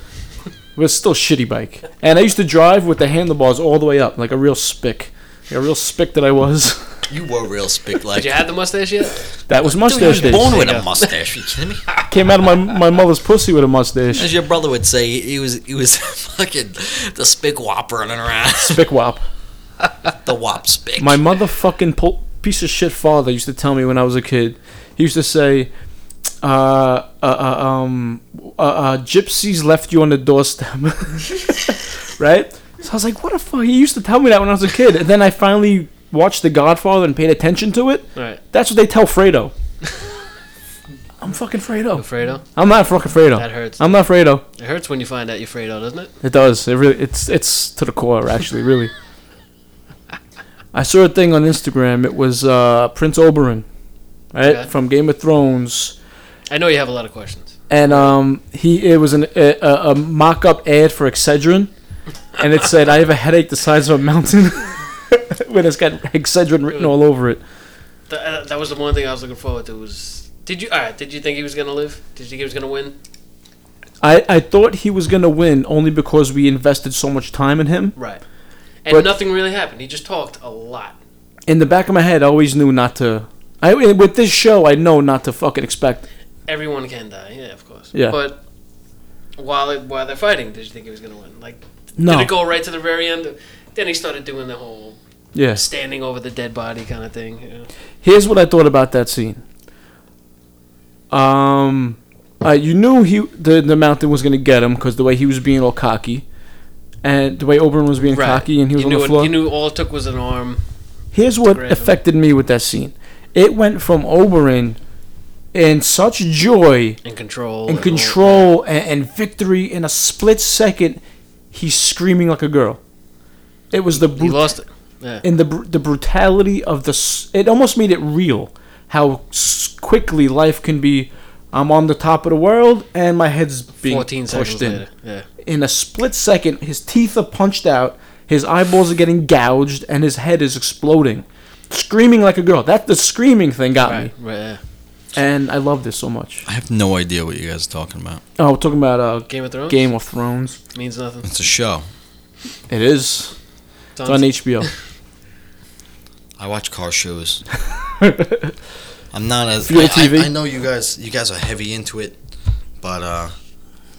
S4: It was still a shitty bike, and I used to drive with the handlebars all the way up, like a real spick, like a real spick that I was.
S6: You were real spick like.
S5: Did you have the mustache yet?
S4: That was
S6: Dude, you
S4: mustache
S6: was
S4: days.
S6: born with
S5: There you
S6: a
S5: go.
S6: mustache. you kidding me?
S4: Came out of my my mother's pussy with a mustache.
S6: As your brother would say, he was he was fucking the spick wop running around.
S4: Spick wop.
S6: the wop spick.
S4: My motherfucking pol- piece of shit father used to tell me when I was a kid. He used to say, uh, uh, uh, um, uh, uh, gypsies left you on the doorstep. right? So I was like, what the fuck? He used to tell me that when I was a kid. And then I finally watched The Godfather and paid attention to it.
S5: Right.
S4: That's what they tell Fredo. I'm fucking Fredo.
S5: Fredo.
S4: I'm not fucking Fredo.
S5: That hurts.
S4: I'm not Fredo.
S5: It hurts when you find out you're Fredo, doesn't it?
S4: It does. It really. It's it's to the core actually. Really. I saw a thing on Instagram. It was uh, Prince Oberyn, right
S5: Okay.
S4: from Game of Thrones,
S5: I know you have a lot of questions.
S4: and um, he it was an, a, a, a mock-up ad for Excedrin, and it said, "I have a headache the size of a mountain," when it's got Excedrin written all over it.
S5: Th- uh, that was the one thing I was looking forward to. Was did you all right? Did you think he was gonna live? Did you think he was gonna win?
S4: I, I thought he was gonna win only because we invested so much time in him.
S5: Right. And
S4: But-
S5: nothing really happened. He just talked a lot.
S4: In the back of my head, I always knew not to. I with this show, I know not to fucking expect
S5: Everyone can die. Yeah, of course.
S4: Yeah.
S5: But while it, while they're fighting, did you think he was gonna win? Like,
S4: no.
S5: did it go right to the very end? Then he started doing the whole
S4: Yes.
S5: standing over the dead body kind of thing. Yeah.
S4: Here's what I thought about that scene. Um, uh, you knew he the the mountain was gonna get him because the way he was being all cocky, and the way Oberon was being cocky and he was
S5: you
S4: on
S5: knew
S4: the
S5: it-
S4: floor.
S5: you knew all it took was an arm.
S4: Here's what
S5: Grab him.
S4: affected me with that scene. It went from Oberon in such joy
S5: and control
S4: and
S5: all-
S4: control and, and victory in a split second. He's screaming like a girl. It was the
S5: he
S4: brut-
S5: lost it yeah
S4: and the br- the brutality of the s- it almost made it real how s- quickly life can be i'm on the top of the world and my head's being
S5: 14
S4: pushed
S5: seconds
S4: in
S5: later yeah
S4: in a split second his teeth are punched out his eyeballs are getting gouged and his head is exploding screaming like a girl that the screaming thing got me
S5: right, right yeah.
S4: and i love this so much
S6: I have no idea what you guys are talking about.
S4: oh we're talking about uh,
S5: Game of Thrones
S4: game of thrones
S5: means nothing
S6: It's a show.
S4: it is it's on hbo
S6: I watch car shows. I'm not as
S4: Fuel
S6: I,
S4: TV?
S6: I, I know you guys. You guys are heavy into it, but uh,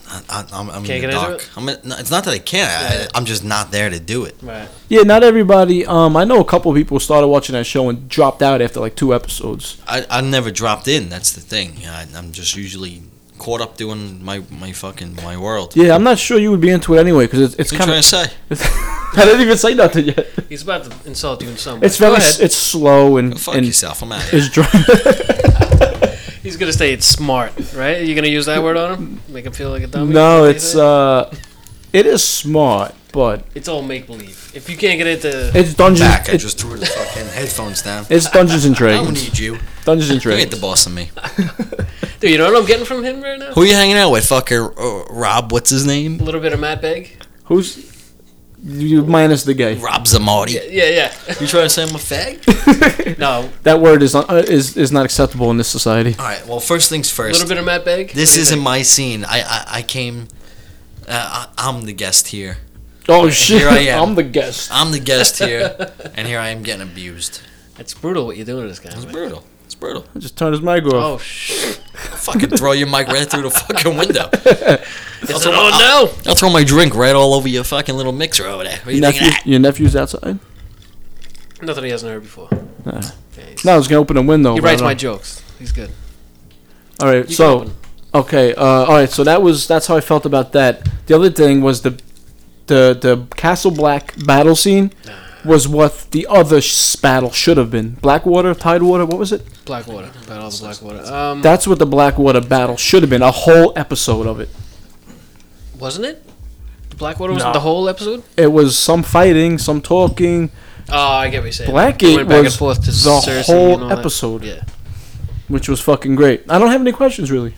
S6: I, I, I'm, I'm
S5: Can't get
S6: in the
S5: into
S6: dark.
S5: it?
S6: I'm in, no, it's not that I can't. I, I'm just not there to do it.
S5: right
S4: yeah not everybody um i know a couple people started watching that show and dropped out after like two episodes
S6: I, I never dropped in. That's the thing. I, I'm just usually caught up doing my, my fucking my world.
S4: Yeah, I'm not sure you would be into it anyway because it's, it's
S6: What you
S4: kind
S6: trying to
S4: of.
S6: say?
S4: I didn't even say nothing yet.
S5: he's about to insult you in some way
S4: It's very
S5: Go
S4: s-
S5: ahead.
S4: it's slow and
S6: Fuck
S4: and
S6: yourself. I'm out. Of here.
S4: is dry.
S5: he's gonna say it's smart right you're gonna use that word on him make him feel like a dummy
S4: no,
S5: Is
S4: it's
S5: that what
S4: uh, it is smart, but
S5: you say? it's all make believe if you can't get into
S4: it's Dungeons.
S6: Back. I
S4: it-
S6: just threw the fucking headphones down.
S4: it's Dungeons and
S6: I don't
S4: Dragons.
S6: need you.
S4: Dungeons and
S6: You ain't the
S4: Dragons.
S6: boss of me.
S5: dude you know what I'm getting from him right now
S6: Who you hanging out with? Fucker uh, Rob. What's his
S5: a
S6: name?
S5: little bit of Matt Begg
S4: Who's you minus the gay?
S6: Rob Zamordi.
S5: yeah
S6: You trying to say I'm a fag?
S5: yeah no
S4: That word is not uh, is is not acceptable in this society.
S6: All right. Well, first things
S5: a
S6: first.
S5: little bit of Matt Begg
S6: this
S5: What do you
S6: isn't
S5: think?
S6: my scene. I I, I came. Uh, I, I'm the guest here.
S4: Oh shit!
S6: I am.
S4: I'm the guest.
S6: I'm the guest here, and here I am getting abused.
S5: it's brutal what you're doing to this guy man.
S6: brutal. It's brutal.
S4: I just turned his mic off.
S5: oh shit
S6: fucking throw your mic right through the fucking window.
S5: it's an oh
S6: I'll throw my drink right all over your fucking little mixer over there. What you
S4: your,
S6: thinking
S4: nephew,
S6: of that?
S4: your nephew's outside.
S5: no nothing he hasn't heard before Yeah, he's-
S4: No, I was gonna open a window.
S5: he
S4: but I
S5: writes my
S4: don't-
S5: jokes he's good
S4: All right,
S5: You
S4: so.
S5: can open.
S4: Okay. Uh, all right. So that was that's how I felt about that. The other thing was the the the Castle Black battle scene was what the other sh- battle should have been. Blackwater, Tidewater, what was it?
S5: Blackwater. Battle of Blackwater. Um,
S4: That's what the Blackwater battle should have been. A whole episode of it.
S5: wasn't it? Blackwater was the whole episode.
S4: It was some fighting, some talking,
S5: Oh, I get what you're saying.
S4: Blackgate
S5: They went back
S4: was
S5: and forth to
S4: the
S5: Cersei
S4: whole
S5: and all that.
S4: episode.
S5: Yeah.
S4: which was fucking great. I don't have any questions really.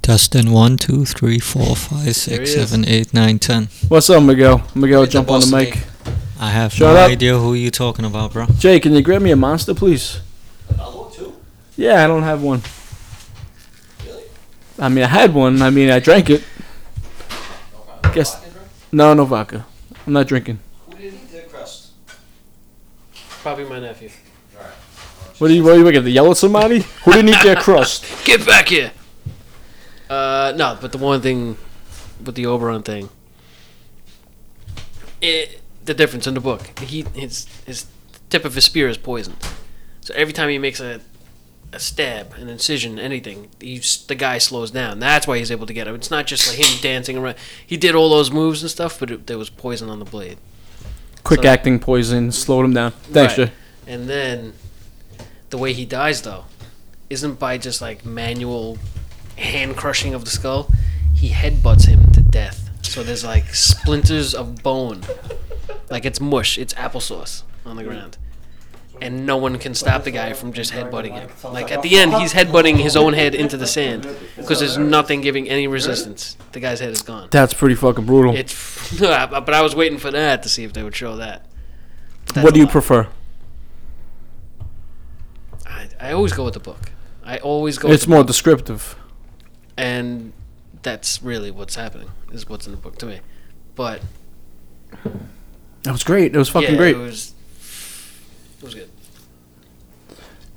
S7: Dustin, 1, 2, 3, 4, 5, 6,
S5: he is.
S7: 7, 8, 9, 10.
S4: What's up, Miguel? Miguel,
S6: Hit the
S4: jump on the
S6: boss,
S4: mic.
S6: Nick.
S7: I have
S4: Shut
S7: no
S4: up.
S7: idea who you're talking about, bro.
S4: Jay, can you grab me a monster, please? Yeah, I don't have one. I mean, I had one. I mean, I drank it. Guess no, no vodka. I'm not drinking.
S6: Who did he the crest?
S5: Probably my nephew.
S4: What do you? What do you get? The yell at somebody? Who didn't eat their crust?
S5: Get back here. Uh, no, but the one thing with the Oberon thing, it, the difference in the book, he his his tip of his spear is poisoned, so every time he makes a a stab, an incision, anything, he's, the guy slows down. That's why he's able to get him. It's not just like him dancing around. He did all those moves and stuff, but it, there was poison on the blade.
S4: Quick
S5: So-
S4: acting poison slowed him down. Thanks,
S5: Right.
S4: Jay.
S5: And then the way he dies though isn't by just like manual hand crushing of the skull. He headbutts him to death. So there's like splinters of bone. Like it's mush, it's applesauce on the ground. And no one can stop the guy from just headbutting him. Like at the end, he's headbutting his own head into the sand because there's nothing giving any resistance. The guy's head is gone.
S4: That's pretty fucking brutal.
S5: It's but I was waiting for that to see if they would show that. But that's
S4: what do
S5: a
S4: you
S5: lot.
S4: prefer?
S5: I, I always go with the book. I always go.
S4: It's
S5: with the
S4: more
S5: book.
S4: descriptive.
S5: and that's really what's happening is what's in the book to me. But
S4: It was great. It was fucking
S5: yeah,
S4: great.
S5: It was, it was good.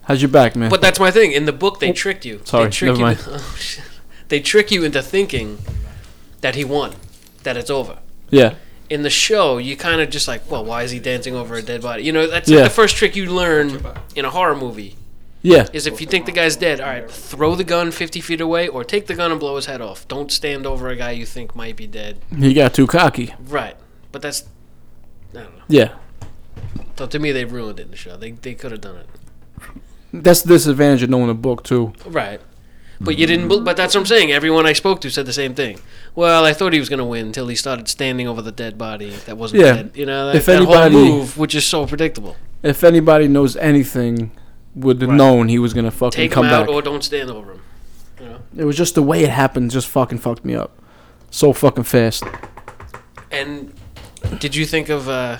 S4: How's your back, man?
S5: But that's my thing. In the book, they tricked you.
S4: Oh, Sorry,
S5: they trick
S4: never
S5: you
S4: mind.
S5: oh, shit. They trick you into thinking that he won, that it's over.
S4: Yeah.
S5: In the show, you kind of just like, well, why is he dancing over a dead body? You know, that's
S4: Yeah.
S5: like the first trick you learn in a horror movie.
S4: Yeah.
S5: is if you think the guy's dead, all right, throw the gun 50 feet away or take the gun and blow his head off. Don't stand over a guy you think might be dead.
S4: He got too cocky.
S5: Right. But that's, I don't know.
S4: Yeah.
S5: So to me, they ruined it in the show. They, they could have done it.
S4: That's the disadvantage of knowing a book too.
S5: Right. But you didn't, bel- but that's what I'm saying. Everyone I spoke to said the same thing. Well, I thought he was going to win until he started standing over the dead body that wasn't
S4: Yeah.
S5: dead. You know, that,
S4: If
S5: that
S4: anybody-
S5: whole move, which is so predictable.
S4: If anybody knows anything, would have known he was gonna fucking
S5: Take
S4: come
S5: him out
S4: back.
S5: or don't stand over him.
S4: it was just the way it happened. Just fucking fucked me up. So fucking fast.
S5: And did you think of, uh,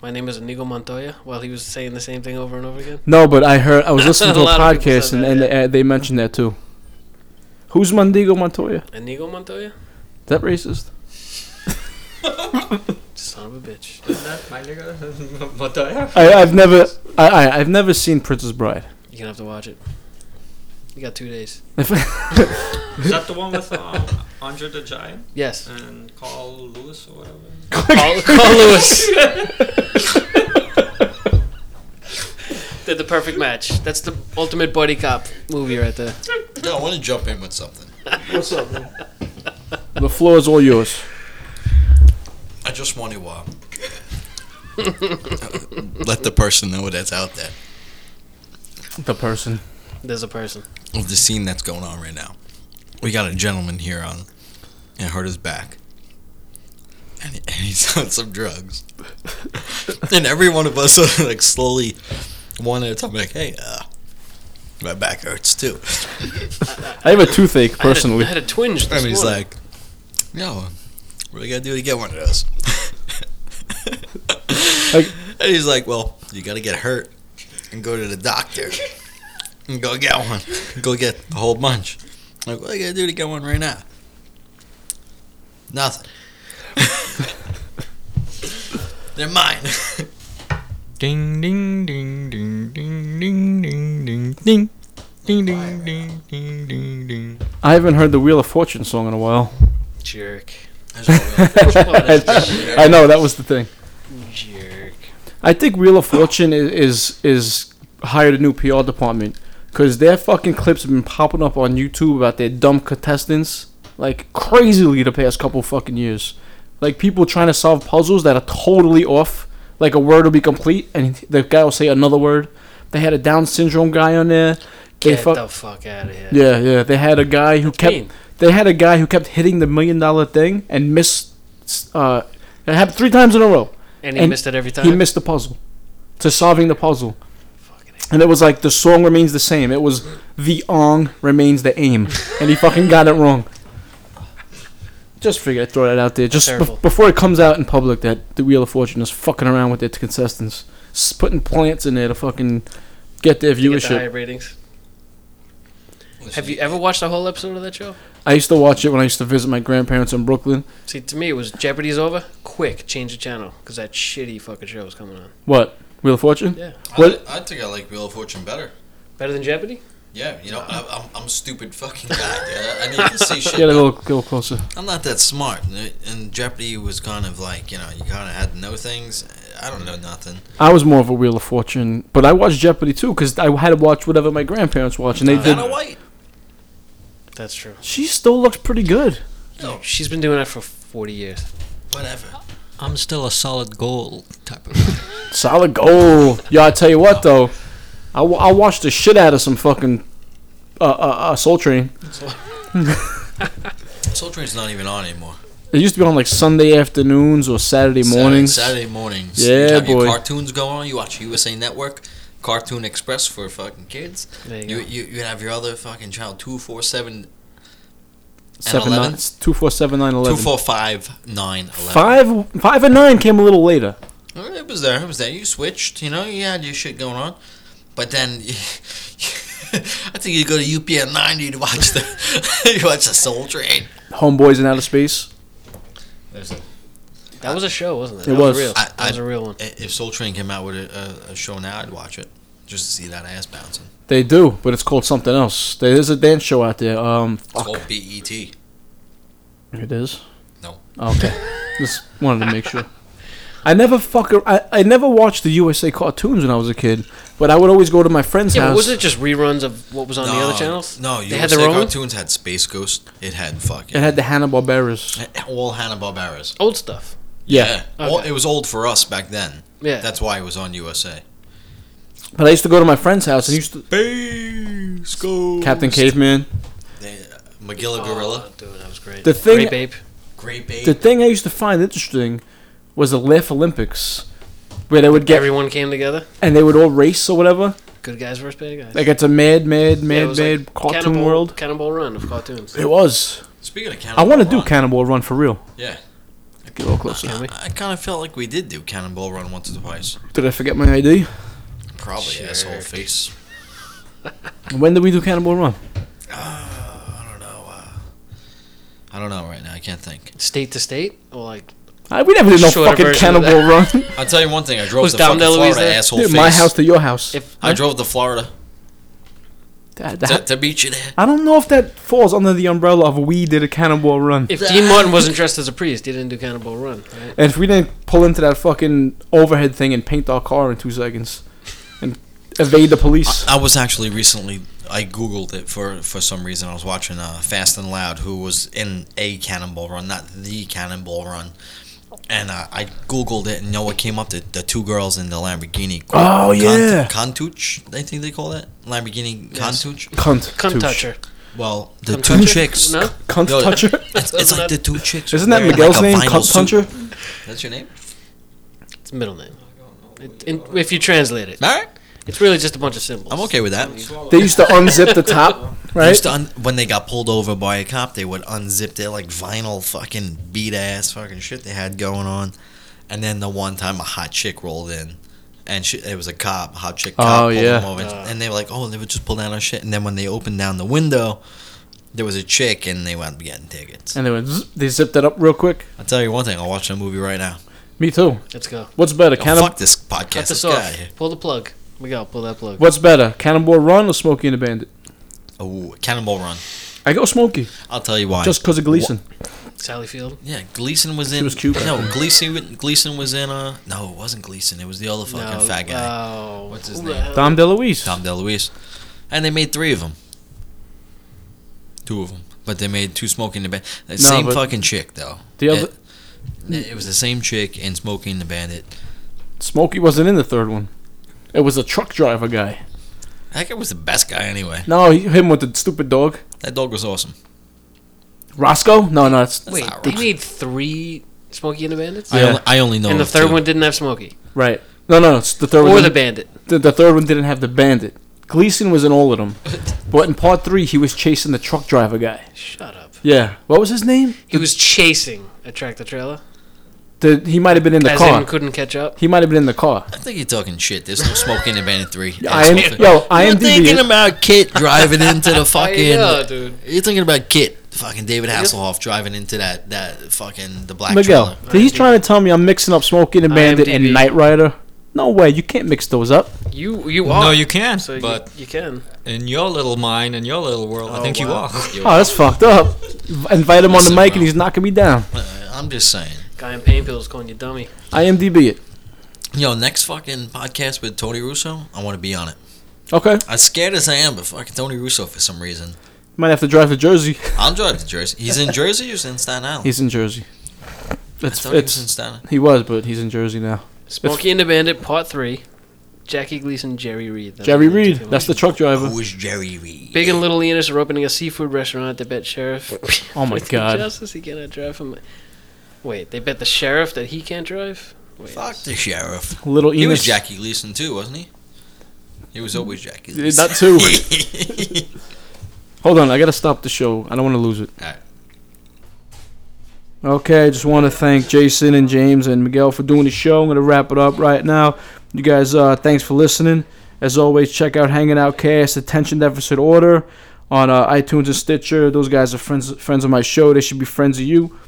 S5: my name is Inigo Montoya while he was saying the same thing over and over again?
S4: No, but I heard I was listening to a,
S5: A lot of people
S4: podcast and,
S5: said that,
S4: and
S5: yeah.
S4: they, uh, they mentioned that too. Who's Mandigo Montoya? Is
S5: Inigo Montoya?
S4: that racist?
S5: Son of a bitch.
S4: I, I've never I, I I've never seen Princess Bride.
S5: You're gonna have to watch it. You got two days.
S4: If-
S7: Is that the one with um, Andre the Giant
S5: Yes.
S7: and Carl Lewis or whatever?
S5: Call, call Lewis. They're the perfect match. That's the ultimate buddy cop movie right there.
S6: No, I want to jump in with something.
S4: What's up? Man? The floor is all yours.
S6: I just want to uh, let the person know that's out there
S4: The person.
S5: There's a person.
S6: of the scene that's going on right now. We got a gentleman here on, and it hurt his back, and, and he's on some drugs. and every one of us are like slowly, one at a time, like, hey, uh, my back hurts too.
S4: I have a toothache personally.
S5: I had a, I had a twinge. This
S6: And he's
S5: morning.
S6: like, yo, what do you gotta do to get one of those?
S4: Like-
S6: and he's like, well, you gotta get hurt and go to the doctor and go get one. Go get a whole bunch. I'm like, what do you gotta do to get one right now? Nothing. They're mine.
S7: Ding, ding, ding, ding, ding, ding, ding, ding, ding. Ding ding ding ding ding ding.
S4: I haven't heard the Wheel of Fortune song in a while.
S5: jerk,
S4: I know that was the thing.
S5: jerk.
S4: I think Wheel of Fortune is is, is hired a new PR department because their fucking clips have been popping up on YouTube about their dumb contestants like crazily the past couple fucking years. Like people trying to solve puzzles that are totally off Like a word will be complete, and the guy will say another word. They had a Down syndrome guy on there. They
S5: Get
S4: fuck-
S5: the fuck out of here.
S4: yeah, yeah. They had a guy who kept.
S5: mean.
S4: They had a guy who kept hitting the million dollar thing and missed. Uh, it happened three times in a row.
S5: And he missed it every time?
S4: He missed the puzzle. To solving the puzzle. And it was like the song remains the same. It was the ong remains the aim, and he fucking got it wrong. Just figured I'd throw that out there, just be-
S5: Terrible.
S4: before it comes out in public that the Wheel of Fortune is fucking around with its contestants, S putting plants in there to fucking get their
S5: You get the
S4: viewership.
S5: high ratings. Have you ever watched a whole episode of that show?
S4: I used to watch it when I used to visit my grandparents in Brooklyn.
S5: See, to me, it was Jeopardy's over. Quick, change the channel because that shitty fucking show is coming on.
S4: What Wheel of Fortune?
S5: Yeah,
S4: What?
S6: I, I think I like Wheel of Fortune better.
S5: better than Jeopardy.
S6: Yeah, you know, I, I'm, I'm a stupid fucking guy. dude. I need to see shit.
S4: Get a little, little closer.
S6: I'm not that smart. And Jeopardy was kind of like, you know, you kind of had to know things. I don't know nothing.
S4: I was more of a Wheel of Fortune, but I watched Jeopardy too because I had to watch whatever my grandparents watched, and they did.
S6: Vanna White.
S5: That's true.
S4: She still looks pretty good.
S6: No.
S5: She's been doing that for forty years.
S6: Whatever.
S7: I'm still a solid gold type of guy.
S4: Solid gold. Yo, I tell you what though, I, wa- I watched the shit out of some fucking uh, uh, uh, Soul Train.
S6: Soul Train's not even on anymore.
S4: It used to be on like Sunday afternoons or Saturday
S6: Saturday-
S4: mornings.
S6: Saturday, mornings.
S4: Yeah,
S6: you have
S4: boy.
S6: Your cartoons going on. You watch USA Network, Cartoon Express for fucking kids.
S5: There you
S6: You
S5: go.
S6: you, you have your other fucking channel two four seven
S4: Seven
S6: and
S4: nine, two four seven nine eleven.
S6: two four five nine eleven.
S4: Five five and nine came a little later.
S6: Alright, It was there. It was there. You switched. You know, you had your shit going on, but then. I think you go to UPN 90 to watch the you watch the Soul Train.
S4: Homeboys in outer space.
S5: That was a show, wasn't it?
S4: It
S5: that
S4: was.
S5: real.
S6: I-
S5: that was
S6: I-
S5: a real one.
S6: I- If Soul Train came out with a, a, a show now, I'd watch it just to see that ass bouncing.
S4: They do, but it's called something else. There is a dance show out there. Um,
S6: It's called E BET.
S4: It is.
S6: No.
S4: Okay. Just wanted to make sure. I never fucking I, I never watched the USA cartoons when I was a kid, but I would always go to my friend's
S5: Yeah, but
S4: house.
S5: wasn't it just reruns of what was on the other channels?
S6: No,
S5: they
S6: USA
S5: had their own
S6: cartoons had Space Ghost. It had fucking
S4: It had the Hanna Barbera's.
S6: all Hanna Barbera's.
S5: old stuff.
S4: Yeah.
S6: All,
S5: Okay.
S6: it was old for us back then.
S5: Yeah,
S6: That's why it was on USA.
S4: But I used to go to my friend's house and used to
S6: Space Ghost.
S4: Captain Caveman.
S6: They- Magilla
S5: Oh,
S6: Gorilla.
S5: dude, that was great.
S4: The thing-
S5: Great babe.
S6: Great Ape.
S4: The thing I used to find interesting was the Laugh Olympics, where they would get
S5: Everyone came together.
S4: and they would all race or whatever.
S5: Good guys versus bad guys.
S4: Like it's a mad, mad,
S5: Yeah, it
S4: mad,
S5: was
S4: mad
S5: like
S4: cartoon
S5: Cannonball-
S4: world.
S5: Cannonball Run of cartoons.
S4: It was.
S6: Speaking of Cannonball
S4: I want to do
S6: Run,
S4: Cannonball Run for real.
S6: Yeah.
S4: Get a little closer.
S5: Can we?
S6: I kind of felt like we did do Cannonball Run once or twice.
S4: Did I forget my ID?
S6: Probably
S5: Jerk.
S6: asshole face.
S4: When did we do Cannonball Run?
S6: I don't know. Uh, I don't know right now. I can't think.
S5: State to state, or like
S4: I, we never did no
S5: Shorter
S4: fucking
S5: version of
S4: Cannonball Run.
S6: I'll tell you one thing. I drove
S5: Was
S6: to
S5: Dom
S6: fucking Florida.
S5: DeLuise there?
S6: Asshole
S4: Dude,
S6: face.
S4: my house to your house.
S5: if
S6: I drove to Florida
S4: That-
S6: to,
S4: that-
S6: to beat you there.
S4: I don't know if that falls under the umbrella of we did a Cannonball Run.
S5: if Dean Martin wasn't dressed as a priest, he didn't do Cannonball Run. Right?
S4: And if we didn't pull into that fucking overhead thing and paint our car in two seconds and evade the
S5: Uh,
S4: police.
S6: I was actually recently. I googled it for for some reason. I was watching uh, Fast and Loud, who was in a Cannonball Run, not the Cannonball Run. And uh, I googled it, and you know what came up? The, the two girls in the Lamborghini.
S4: Oh, yeah.
S6: Contouche. I think they call that Lamborghini Contouche.
S4: Cunt.
S5: Cunt
S4: touche.
S5: toucher.
S6: Well, the
S5: Cunt
S6: two
S5: toucher?
S6: chicks.
S5: No?
S4: Cunt
S6: No,
S4: toucher?
S6: It's, it's like the two chicks.
S4: Isn't that
S6: wearing, like,
S4: Miguel's
S6: a
S4: name?
S6: vinyl
S4: Cunt
S6: suit.
S4: toucher?
S6: That's your name.
S5: It's middle name. It, in, if you translate it,
S6: All right,
S5: it's really just a bunch of symbols.
S6: I'm okay with that.
S4: They used to unzip the top, right?
S6: Used to un- when they got pulled over by a cop, they would unzip their like vinyl fucking beat ass fucking shit they had going on, and then the one time a hot chick rolled in, and she, it was a cop, hot chick cop,
S4: Oh,
S6: pulled
S4: yeah.
S6: them over, and they were like, oh, they would just pull down our shit, and then when they opened down the window, there was a chick, and they wound up getting tickets.
S4: and they went, zzz, they zipped it up real quick.
S6: I'll tell you one thing, I'll watch a movie right now.
S4: Me too.
S5: Let's go.
S4: What's better,
S6: Oh,
S4: Cannibal?
S6: fuck this
S5: Cut
S6: podcast. This
S5: this
S6: guy.
S5: off. Pull the plug. We go. Pull that plug.
S4: What's better, Cannonball Run or Smokey and the Bandit?
S6: Oh, Cannonball Run.
S4: I go Smokey,
S6: I'll tell you why.
S4: just because of Gleason.
S5: Sally Field.
S6: Yeah, Gleason was in.
S4: was cute back
S6: No, Gleason. Gleason was in. Uh, no, it wasn't Gleason. It was the other fucking
S5: No,
S6: fat guy,
S5: Oh,
S6: What's his
S5: who the
S6: name?
S5: hell-
S4: Dom DeLuise.
S6: Tom DeLuise, and they made three of them. Two of them, but they made two smoking the bandit. same
S4: but-
S6: fucking chick though.
S4: The other,
S6: It, it was the same chick in Smoking the Bandit.
S4: Smokey wasn't in the third one. It was a truck driver guy.
S6: That guy was the best guy anyway.
S4: No, he, him with the stupid dog.
S6: That dog was awesome.
S4: Roscoe? No, no, it's
S5: Wait,
S6: not
S5: they
S6: right.
S5: made three Smokey and the Bandits,
S6: I, only, I only know.
S5: and the
S6: of
S5: third
S6: two.
S5: one didn't have Smokey
S4: right. No, no, it's the third
S5: or
S4: one.
S5: the Bandit.
S4: the, the third one didn't have the bandit. Gleason was in all of them, but in part three he was chasing the truck driver guy.
S5: Shut up.
S4: Yeah, what was his name?
S5: He was chasing a tractor trailer.
S4: The, he might have been in the
S5: As
S4: car.
S5: in couldn't catch up.
S4: he might have been in the car.
S6: I think you're talking shit. There's no smoking in Bandit Three.
S4: I am, yo,
S6: You're
S4: IMDb.
S6: thinking about Kit driving into the fucking.
S5: know, dude.
S6: You're thinking about Kit, fucking David Hasselhoff driving into that that fucking the black
S4: Miguel,
S6: trailer.
S4: he's trying to tell me I'm mixing up Smoking and Bandit and
S5: IMDb.
S4: Knight Rider. No way, you can't mix those up.
S5: You you are.
S7: No, Oh, you can.
S5: So you-
S7: but
S5: you, can.
S7: in your little mind, in your little world, I think you are.
S4: Oh, that's fucked up. Invite him on the
S6: Listen,
S4: mic
S6: bro.
S4: and he's knocking me down.
S6: Uh, I'm just saying.
S5: Guy in pain pills calling you dummy.
S4: IMDb it.
S6: Yo, next fucking podcast with Tony Russo, I want to be on it.
S4: Okay,
S6: As scared as I am, but fucking Tony Russo for some reason.
S4: might have to drive to Jersey.
S6: I'll drive to Jersey. He's in Jersey or he's in Staten Island?
S4: He's in Jersey.
S6: I
S4: It's,
S6: thought he was in
S4: it's,
S6: Staten Island.
S4: he was, but he's in Jersey now.
S5: Smokey and the Bandit Part Three. Jackie Gleason, Jerry Reed. That's
S4: Jerry
S5: what they
S4: Reed,
S5: do.
S4: that's the truck driver.
S6: Who is Jerry Reed?
S5: Big and Little Enos are opening a seafood restaurant. They bet sheriff.
S4: Oh my
S5: with the
S4: God.
S5: Justice, he cannot drive from. Wait, they bet the sheriff that he can't drive. Wait,
S6: Fuck the sheriff.
S4: Little
S6: He was
S4: Enos.
S6: Jackie Gleason too, wasn't he? He
S7: Hmm.
S6: was always Jackie
S4: Yeah,
S6: Gleason.
S4: That too. Hold on, I gotta stop the show. I don't want to lose it.
S6: Alright.
S4: Okay, I just want to thank Jason and James and Miguel for doing the show. I'm gonna wrap it up right now. You guys, uh, thanks for listening. As always, check out Hanging Out Cast Attention Deficit Order on uh, iTunes and Stitcher. Those guys are friends friends of my show. They should be friends of you.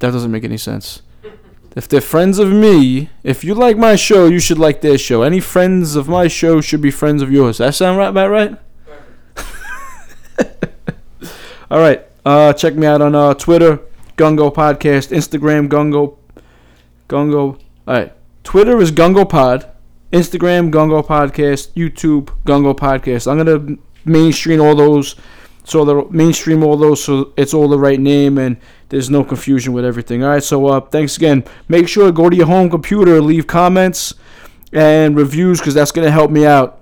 S4: That doesn't make any sense. If they're friends of me, if you like my show, you should like their show. Any friends of my show should be friends of yours. That sound right about right? All right. Uh, check me out on uh, Twitter, Gungo Podcast, Instagram, Gungo. Gungo. All right. Twitter is Gungo Pod. Instagram, Gungo Podcast. YouTube, Gungo Podcast. I'm going to mainstream all those. So the mainstream all those, so it's all the right name, and there's no confusion with everything. All right, so uh, thanks again. Make sure to go to your home computer, leave comments and reviews, because that's gonna help me out.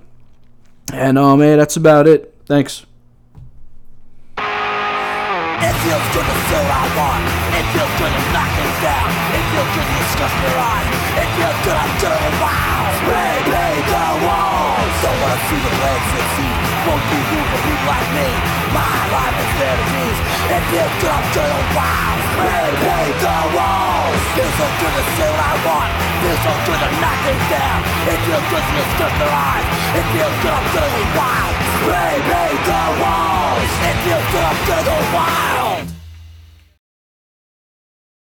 S4: And oh man, that's about it. Thanks.
S8: It feels good to feel I want. It feels good to knock it down. It feels good to discuss me on. It feels good I'm turning round. Baby, the walls. Don't wanna see the legs and feet. Won't be who will be like me. My life is their disease. It feels good I'm turning round. Baby, the walls. Feels so good to feel I want. Feels so good to knock it down. It feels good to discuss me on. It feels good I'm turning round. Baby, the walls. It feels good I'm turning wild.